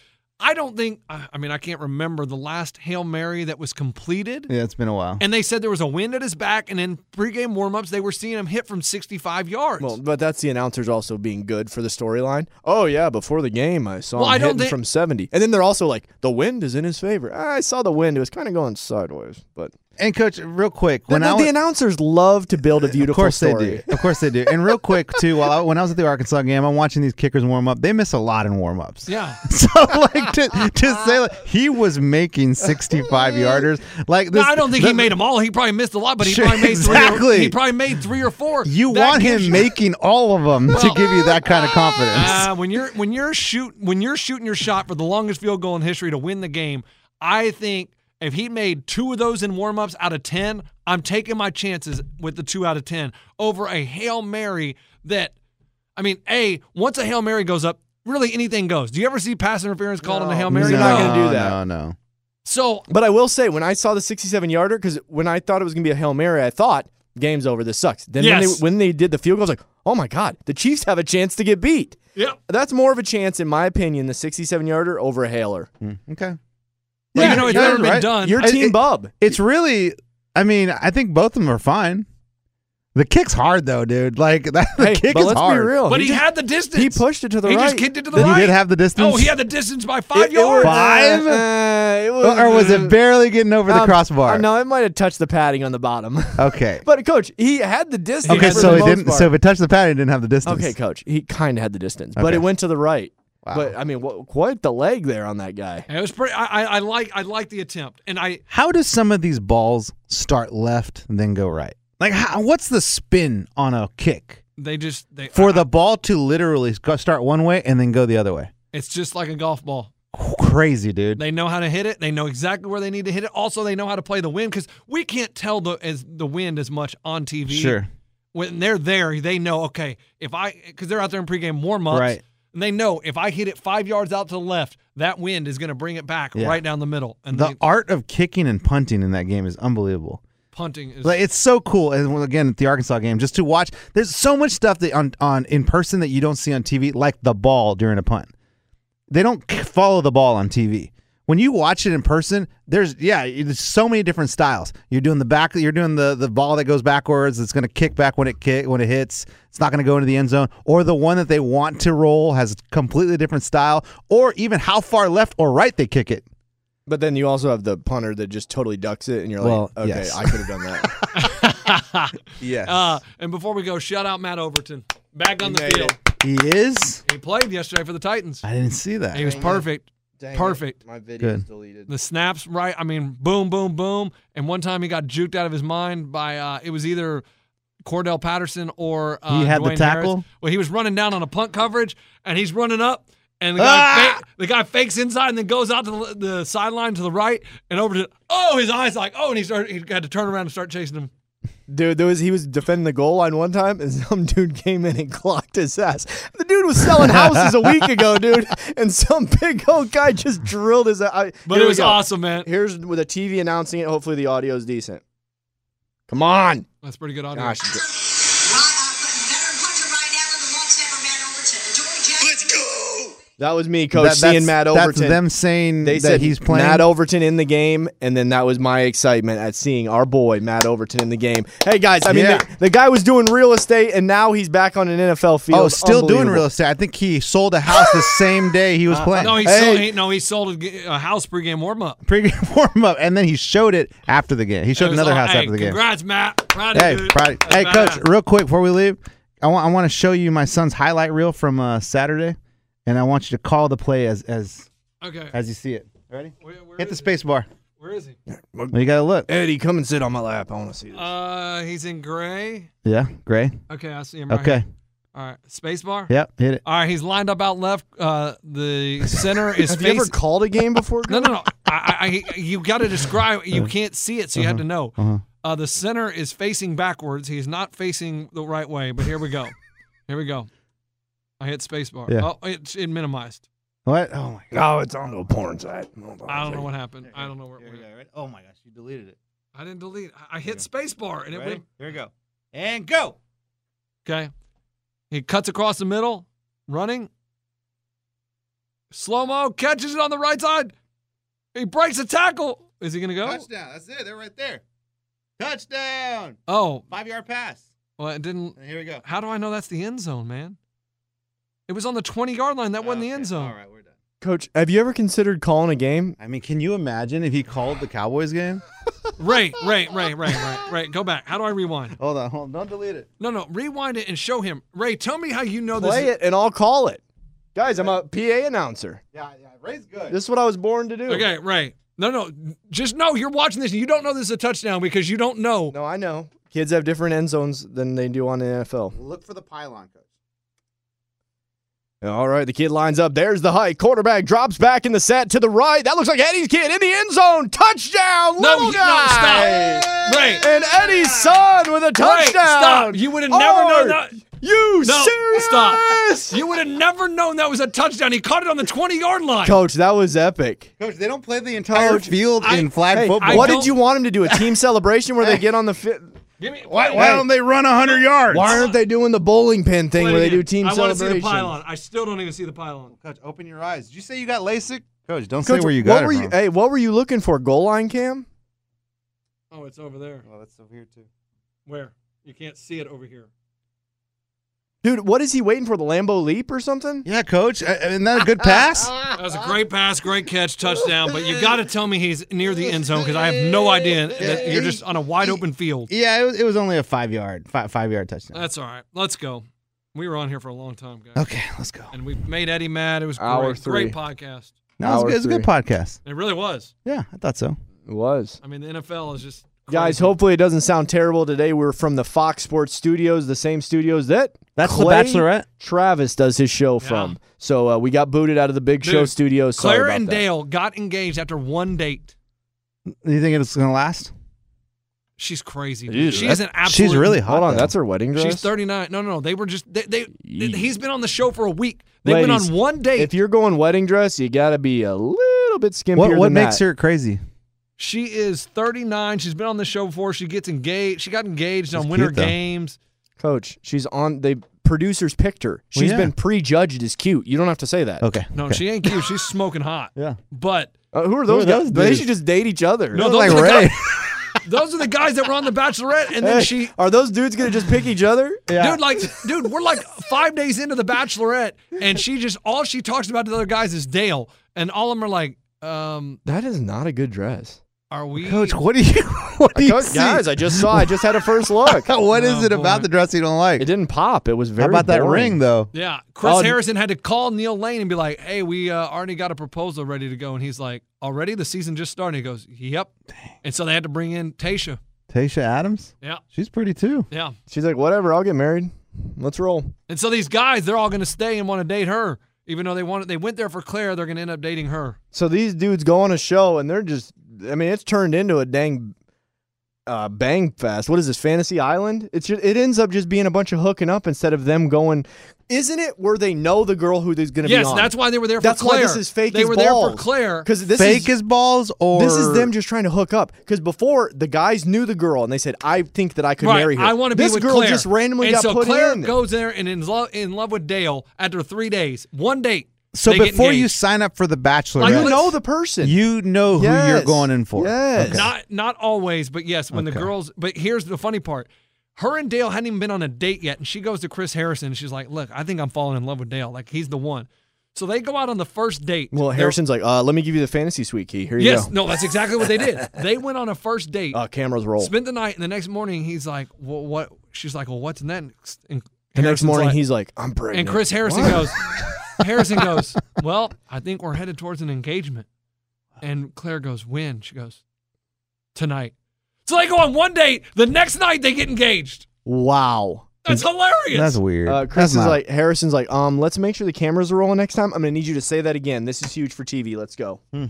I don't think, I I mean, I can't remember the last Hail Mary that was completed. Yeah, it's been a while. And they said there was a wind at his back, and in pregame warmups, they were seeing him hit from 65 yards. Well, but that's the announcers also being good for the storyline. Oh yeah, before the game, I saw Well, him I don't hitting think- from seventy, and then they're also like, the wind is in his favor. I saw the wind; it was kind of going sideways, but And coach, real quick, when the, I the was, announcers love to build a of beautiful course story. they do, of course they do. And real quick too, while I, when I was at the Arkansas game, I'm watching these kickers warm up. They miss a lot in warm ups. yeah. So like to to say like, he was making 65 yarders like this. No, I don't think he the- made them all. He probably missed a lot, but he Sure, probably made three. Or, exactly. he probably made three or four. You That want gives him you- making all of them to Well- give you that kind of confidence. Uh, when you're when you're shoot when you're shooting your shot for the longest field goal in history to win the game, I think if he made two of those in warmups out of ten, I'm taking my chances with the two out of ten over a hail mary that, I mean, a once a hail mary goes up, really anything goes. Do you ever see pass interference called on a hail mary? you're not gonna do No, that. No, no. So But I will say, when I saw the 67 yarder, because when I thought it was going to be a Hail Mary, I thought, game's over. This sucks. Then when, Yes. they, when they did the field goal, I was like, oh my God, the Chiefs have a chance to get beat. yeah, That's more of a chance, in my opinion, the 67 yarder over a Hailer. Hmm, Okay. yeah, you know it's yeah, never been right. done. Your I- team, it- Bub. It's really, I mean, I think both of them are fine. The kick's hard though, dude. Like that, the Hey, kick but is let's hard. be real. but he, just- had the distance. Oh, he pushed it to the he right. just kicked it to the Then he right. did have the distance. Oh, he had the distance by five It- it was, yards. uh, Five? uh, it was, or was it barely getting over the um, crossbar? uh, no, it might have touched the padding on the bottom. Okay. but coach, he had the distance. okay, for so the it most didn't. part. So if it touched the pad, it didn't have the distance. Okay, coach. He kind of had the distance, but Okay. it went to the right. Wow. But I mean, wh- quite the leg there on that guy. It was pretty. I, I, I like I like the attempt, and I How do some of these balls start left and then go right? Like, how, what's the spin on a kick they just they for the ball to literally go- start one way and then go the other way? It's just like a golf ball. Crazy, dude. They know how to hit it. They know exactly where they need to hit it. Also, they know how to play the wind because we can't tell the as the wind as much on TV. Sure. When they're there, they know. Okay, if I because they're out there in pregame warm ups, Right. And they know if I hit it five yards out to the left, that wind is going to bring it back Yeah. right down the middle. And The they- art of kicking and punting in that game is unbelievable. punting is Like it's so cool, and well, again, at the Arkansas game, just to watch. There's so much stuff that on on in person that you don't see on TV, like the ball during a punt. They don't k- follow the ball on TV. When you watch it in person, there's yeah, there's so many different styles. You're doing the back, you're doing the the ball that goes backwards. It's going to kick back when it kick when it hits. It's not going to go into the end zone, or the one that they want to roll has a completely different style, or even how far left or right they kick it. But then you also have the punter that just totally ducks it, and you're Well, like, okay, yes. I could have done that. Yes, uh, and before we go, shout out Matt Overton back on the made field. he is. He played yesterday for the Titans. I didn't see that. He was perfect. Perfect. My video's Good. deleted. the snaps right. I mean, boom, boom, boom. And one time he got juked out of his mind by uh, it was either Cordell Patterson or uh, He had the Dwayne Harris. tackle? Well, he was running down on a punt coverage, and he's running up, and the guy, Ah! fa- the guy fakes inside and then goes out to the, the sideline to the right and over to oh his eyes like oh and he started he had to turn around and start chasing him. Dude, there was he was defending the goal line one time, and some dude came in and clocked his ass. The dude was selling houses a week ago, dude, and some big old guy just drilled his. I, But it here we was go. awesome, man. Here's with a TV announcing it. Hopefully, the audio is decent. Come on, That's pretty good audio. gosh, Let's go! That was me, coach. That- seeing that's- Matt That's Overton. them saying they that said he's playing. Matt Overton in the game, and then that was my excitement at seeing our boy Matt Overton in the game. Hey guys, I mean Yeah. the, the guy was doing real estate, and now he's back on an NFL field. oh, still doing Unbelievable. Uh, real estate. I think he sold a house the same day he was playing. No, he Hey. sold. he- no, he sold a, g- a house pregame warm up. pregame warm up, and then he showed it after the game. He showed another house after the game. Congrats, Matt. Proud Hey, of you. Friday. That's hey, coach, badass. real quick before we leave, I want I want to show you my son's highlight reel from uh, Saturday, and I want you to call the play as as Okay. as you see it. Ready? Where- where Hit the is he? space bar. Where is he? Well, you gotta look. Eddie, come and sit on my lap. I want to see this. Uh, he's in gray. Yeah, gray. Okay, I see him. Right Oh. Okay. Here. All right, space bar. Yep. Hit it. All right, he's lined up out left. Uh, the center is Have you ever facing. called a game before? No, no, no. I, I, I- you got to describe. Uh-huh. You can't see it, so you had to know. uh the center is facing backwards. He's not facing the right way. But here we go. Here we go. I hit spacebar. Yeah. Oh, it, it minimized. What? Oh my god. No, it's on the porn site. Hold on a I don't know second. what happened. I don't know where it went. Oh my gosh, you deleted it. I didn't delete. it. I, I hit spacebar and it Ready? went. Here we go. And go. Okay. He cuts across the middle, running. Slow mo catches it on the right side. He breaks a tackle. Is he gonna go? Touchdown. That's it. They're right there. Touchdown. Oh, Five yard pass. well, it didn't. And here we go. How do I know that's the end zone, man? It was on the 20 yard line. That wasn't the end zone. All right, we're done. Coach, have you ever considered calling a game? I mean, can you imagine if he called the Cowboys game? Ray, Ray, Ray, Ray, Ray, Ray. Go back. How do I rewind? Hold on, hold on. Don't delete it. No, no. Rewind it and show him. Ray, tell me how you know Play this. is- it, and I'll call it. Guys, I'm a PA announcer. Yeah, yeah. Ray's good. This is what I was born to do. Okay, Ray. No, no. Just know you're watching this and you don't know this is a touchdown because you don't know. No, I know. Kids have different end zones than they do on the NFL. Look for the pylon, coach. All right, the kid lines up. There's the hike. Quarterback drops back in the set to the right. That looks like Eddie's kid in the end zone. Touchdown, No, little you- no, guy. stop. Ray. And Eddie's son with a touchdown. stop. You would've never Are known that- You No, serious? stop. You would have never known that was a touchdown. He caught it on the 20 yard line. Coach, that was epic. Coach, they don't play the entire field I- in flag Hey, football. I what don't- did you want him to do? A team celebration where they get on the fi- Give me, Why, why don't they run 100 yards? Why aren't they doing the bowling pin thing where they do team I want to see celebration? the pylon. I still don't even see the pylon. Coach, open your eyes. Did you say you got LASIK? Coach, don't Coach, say where you what got were it you? from. Hey, what were you looking for? Goal line cam? Oh, it's over there. Well, that's so weird too. Where? You can't see it over here. Dude, what is he waiting for? The Lambo leap or something? Yeah, coach. I- Isn't that a good pass? That was a great pass, great catch, touchdown. But you got to tell me he's near the end zone because I have no idea that you're just on a wide open field. yeah, it was, it was only a five yard, five, five yard touchdown. That's all right. Let's go. We were on here for a long time, guys. okay, let's go. And we made Eddie mad. It was Hour great. three. Great podcast. No, it's Hour good. It's a good three. podcast. It really was. Yeah, I thought so. It was. I mean, the NFL is just. Guys, crazy. hopefully it doesn't sound terrible today. We're from the Fox Sports studios, the same studios that That's The Clay Bachelorette? Travis does his show Yeah. from. So uh, we got booted out of the Big Show Dude, studios. Sorry Claire about and that. Dale got engaged after one date. You think it's gonna last? She's crazy. dude. Ew, She is an absolute. She's really hot. Hold on, though. that's her wedding dress. She's 39. No, no, no. They were just. They. they Yee. he's been on the show for a week. They went Ladies, on one date. If you're going wedding dress, you got to be a little bit skimpier What what than makes that. her crazy? She is 39. She's been on the show before. She gets engaged. She got engaged on She's Winter cute, though. Games. coach? She's on. They producers picked her. Well, She's yeah. Oh. been prejudged as cute. You don't have to say that. Okay. No, okay. she ain't cute. She's smoking hot. Yeah. But Uh, who are those are those guys? they dudes? should just date each other. no, Look those, like are the Ray. guys, those are the guys that were on The Bachelorette, and then Hey, she. are those dudes gonna just pick each other? Yeah. Dude, like, dude, we're like five days into the Bachelorette, and she just all she talks about to the other guys is Dale, and all of them are like, um, That is not a good dress. "Are we?" Coach, what do you what do you Coach, see? guys, I just saw. I just had a first look. What is Oh, it about boy. the dress you don't It like? didn't pop. It was very. How about that boring. ring though? yeah, Chris Oh, Harrison had to call Neil Lane and be like, "Hey, we uh, already got a proposal ready to go," and he's like, "Already? The season just started." He goes, "Yep," and so they had to bring in Tasha. Tasha Adams? Yeah, She's pretty too. yeah. She's like, whatever. I'll get married. Let's roll. And so these guys, they're all going to stay and want to date her, even though they wanted they went there for Claire. They're going to end up dating her. So these dudes go on a show and they're just. I mean, it's turned into a dang. Uh, bang fest. What is this fantasy island? It's just, it ends up just being a bunch of hooking up instead of them going. Isn't it where they know the girl who is going to be Yes, on? that's why they were there for That's Claire. why this is fake. They as were balls. there for Claire. because this Fake is as balls or This is them just trying to hook up. Because before, the guys knew the girl and they said, "I think that I could Right, marry her." I want to be this with girl Claire. just randomly and got so put Claire in. goes there and in love in love with Dale after three days, one date. So They get before you engaged. sign up for the Bachelor, Like, You know the person. you know who you're Yes. going in for. Yes. Okay. Not not always, but yes, when the girls but here's the funny part. Her and Dale hadn't even been on a date yet, and she goes to Chris Harrison and she's like, Look, I think I'm falling in love with Dale. Like he's the one. So they go out on the first date. well, They're- Harrison's like, uh, let me give you the fantasy suite key. Here you Yes, go. no, that's exactly what they did. they went on a first date, Uh, cameras roll. spent the night, and the next morning he's like, Well, what she's like, Well, what's next? And the next Harrison's morning, like- he's like, I'm And pregnant. Chris Harrison goes, Harrison goes, Well, I think we're headed towards an engagement. And Claire goes, When? She goes, Tonight. So they go on one date. The next night they get engaged. Wow. That's hilarious. That's weird. Uh, Chris That's is not- like, Harrison's like, um, let's make sure the cameras are rolling next time. I'm going to need you to say that again. This is huge for TV. Let's go. Hmm.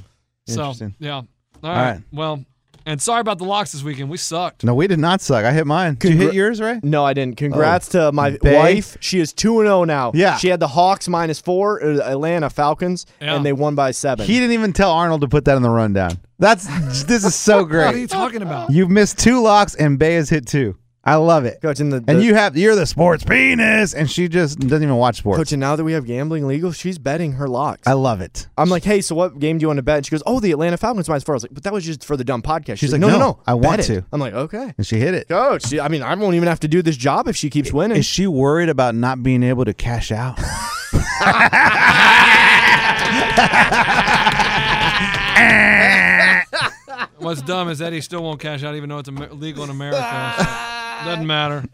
so, Interesting. yeah. All right. right. Well, and sorry about the locks this weekend. We sucked. No, we did not suck. I hit mine. Did you hit yours, right? No, I didn't. Congrats to my Bay. wife. She is 2 and 0 now. Oh. Yeah. She had the Hawks minus four, uh, Atlanta Falcons, Yeah. and they won by seven. He didn't even tell Arnold to put that in the rundown. That's this is so What are you great. talking about? You've missed two locks and Bay has hit two. I love it. Coach, in the, And the- you have you're the sports penis, and she just doesn't even watch sports. Coach, and now that we have gambling legal, she's betting her locks. I love it. I'm like, hey, so what game do you want to bet? And she goes, oh, the Atlanta Falcons minus four. I was like, but that was just for the dumb podcast. She's like, no, no, no, no, I bet want it." to. I'm like, okay. And she hit it. Coach, I mean, I won't even have to do this job if she keeps winning. Is she worried about not being able to cash out? What's dumb is Eddie still won't cash out, even though it's Amer- legal in America. so doesn't matter.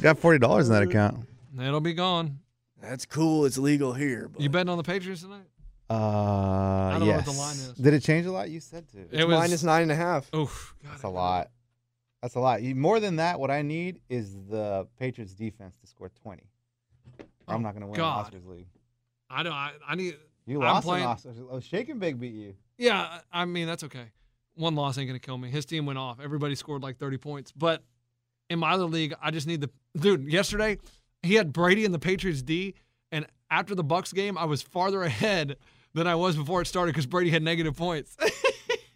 Got forty dollars in Uh, that account. It'll be gone. That's cool. It's legal here. But You betting on the Patriots tonight? Uh, don't know yes. what the line is. Did it change a lot? You said to. it was minus nine and a half. Oof. God, That's a lot. That's a lot. You- More than that, what I need is the Patriots defense to score twenty. Or I'm Oh, not going to win God. the Oscars league. I don't. I, I need. You I'm lost an playing- Oscars. Oh, Shake and Big beat you. Yeah, I I mean that's okay. One loss ain't gonna kill me. His team went off. Everybody scored like 30 points. But in my other league, I just need the dude. Yesterday, he had Brady and the Patriots D, and after the Bucks game, I was farther ahead than I was before it started because Brady had negative points.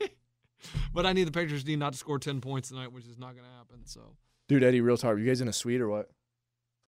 but I need the Patriots D not to score 10 points tonight, which is not gonna happen. So Dude, Eddie, real talk. You guys in a suite or what?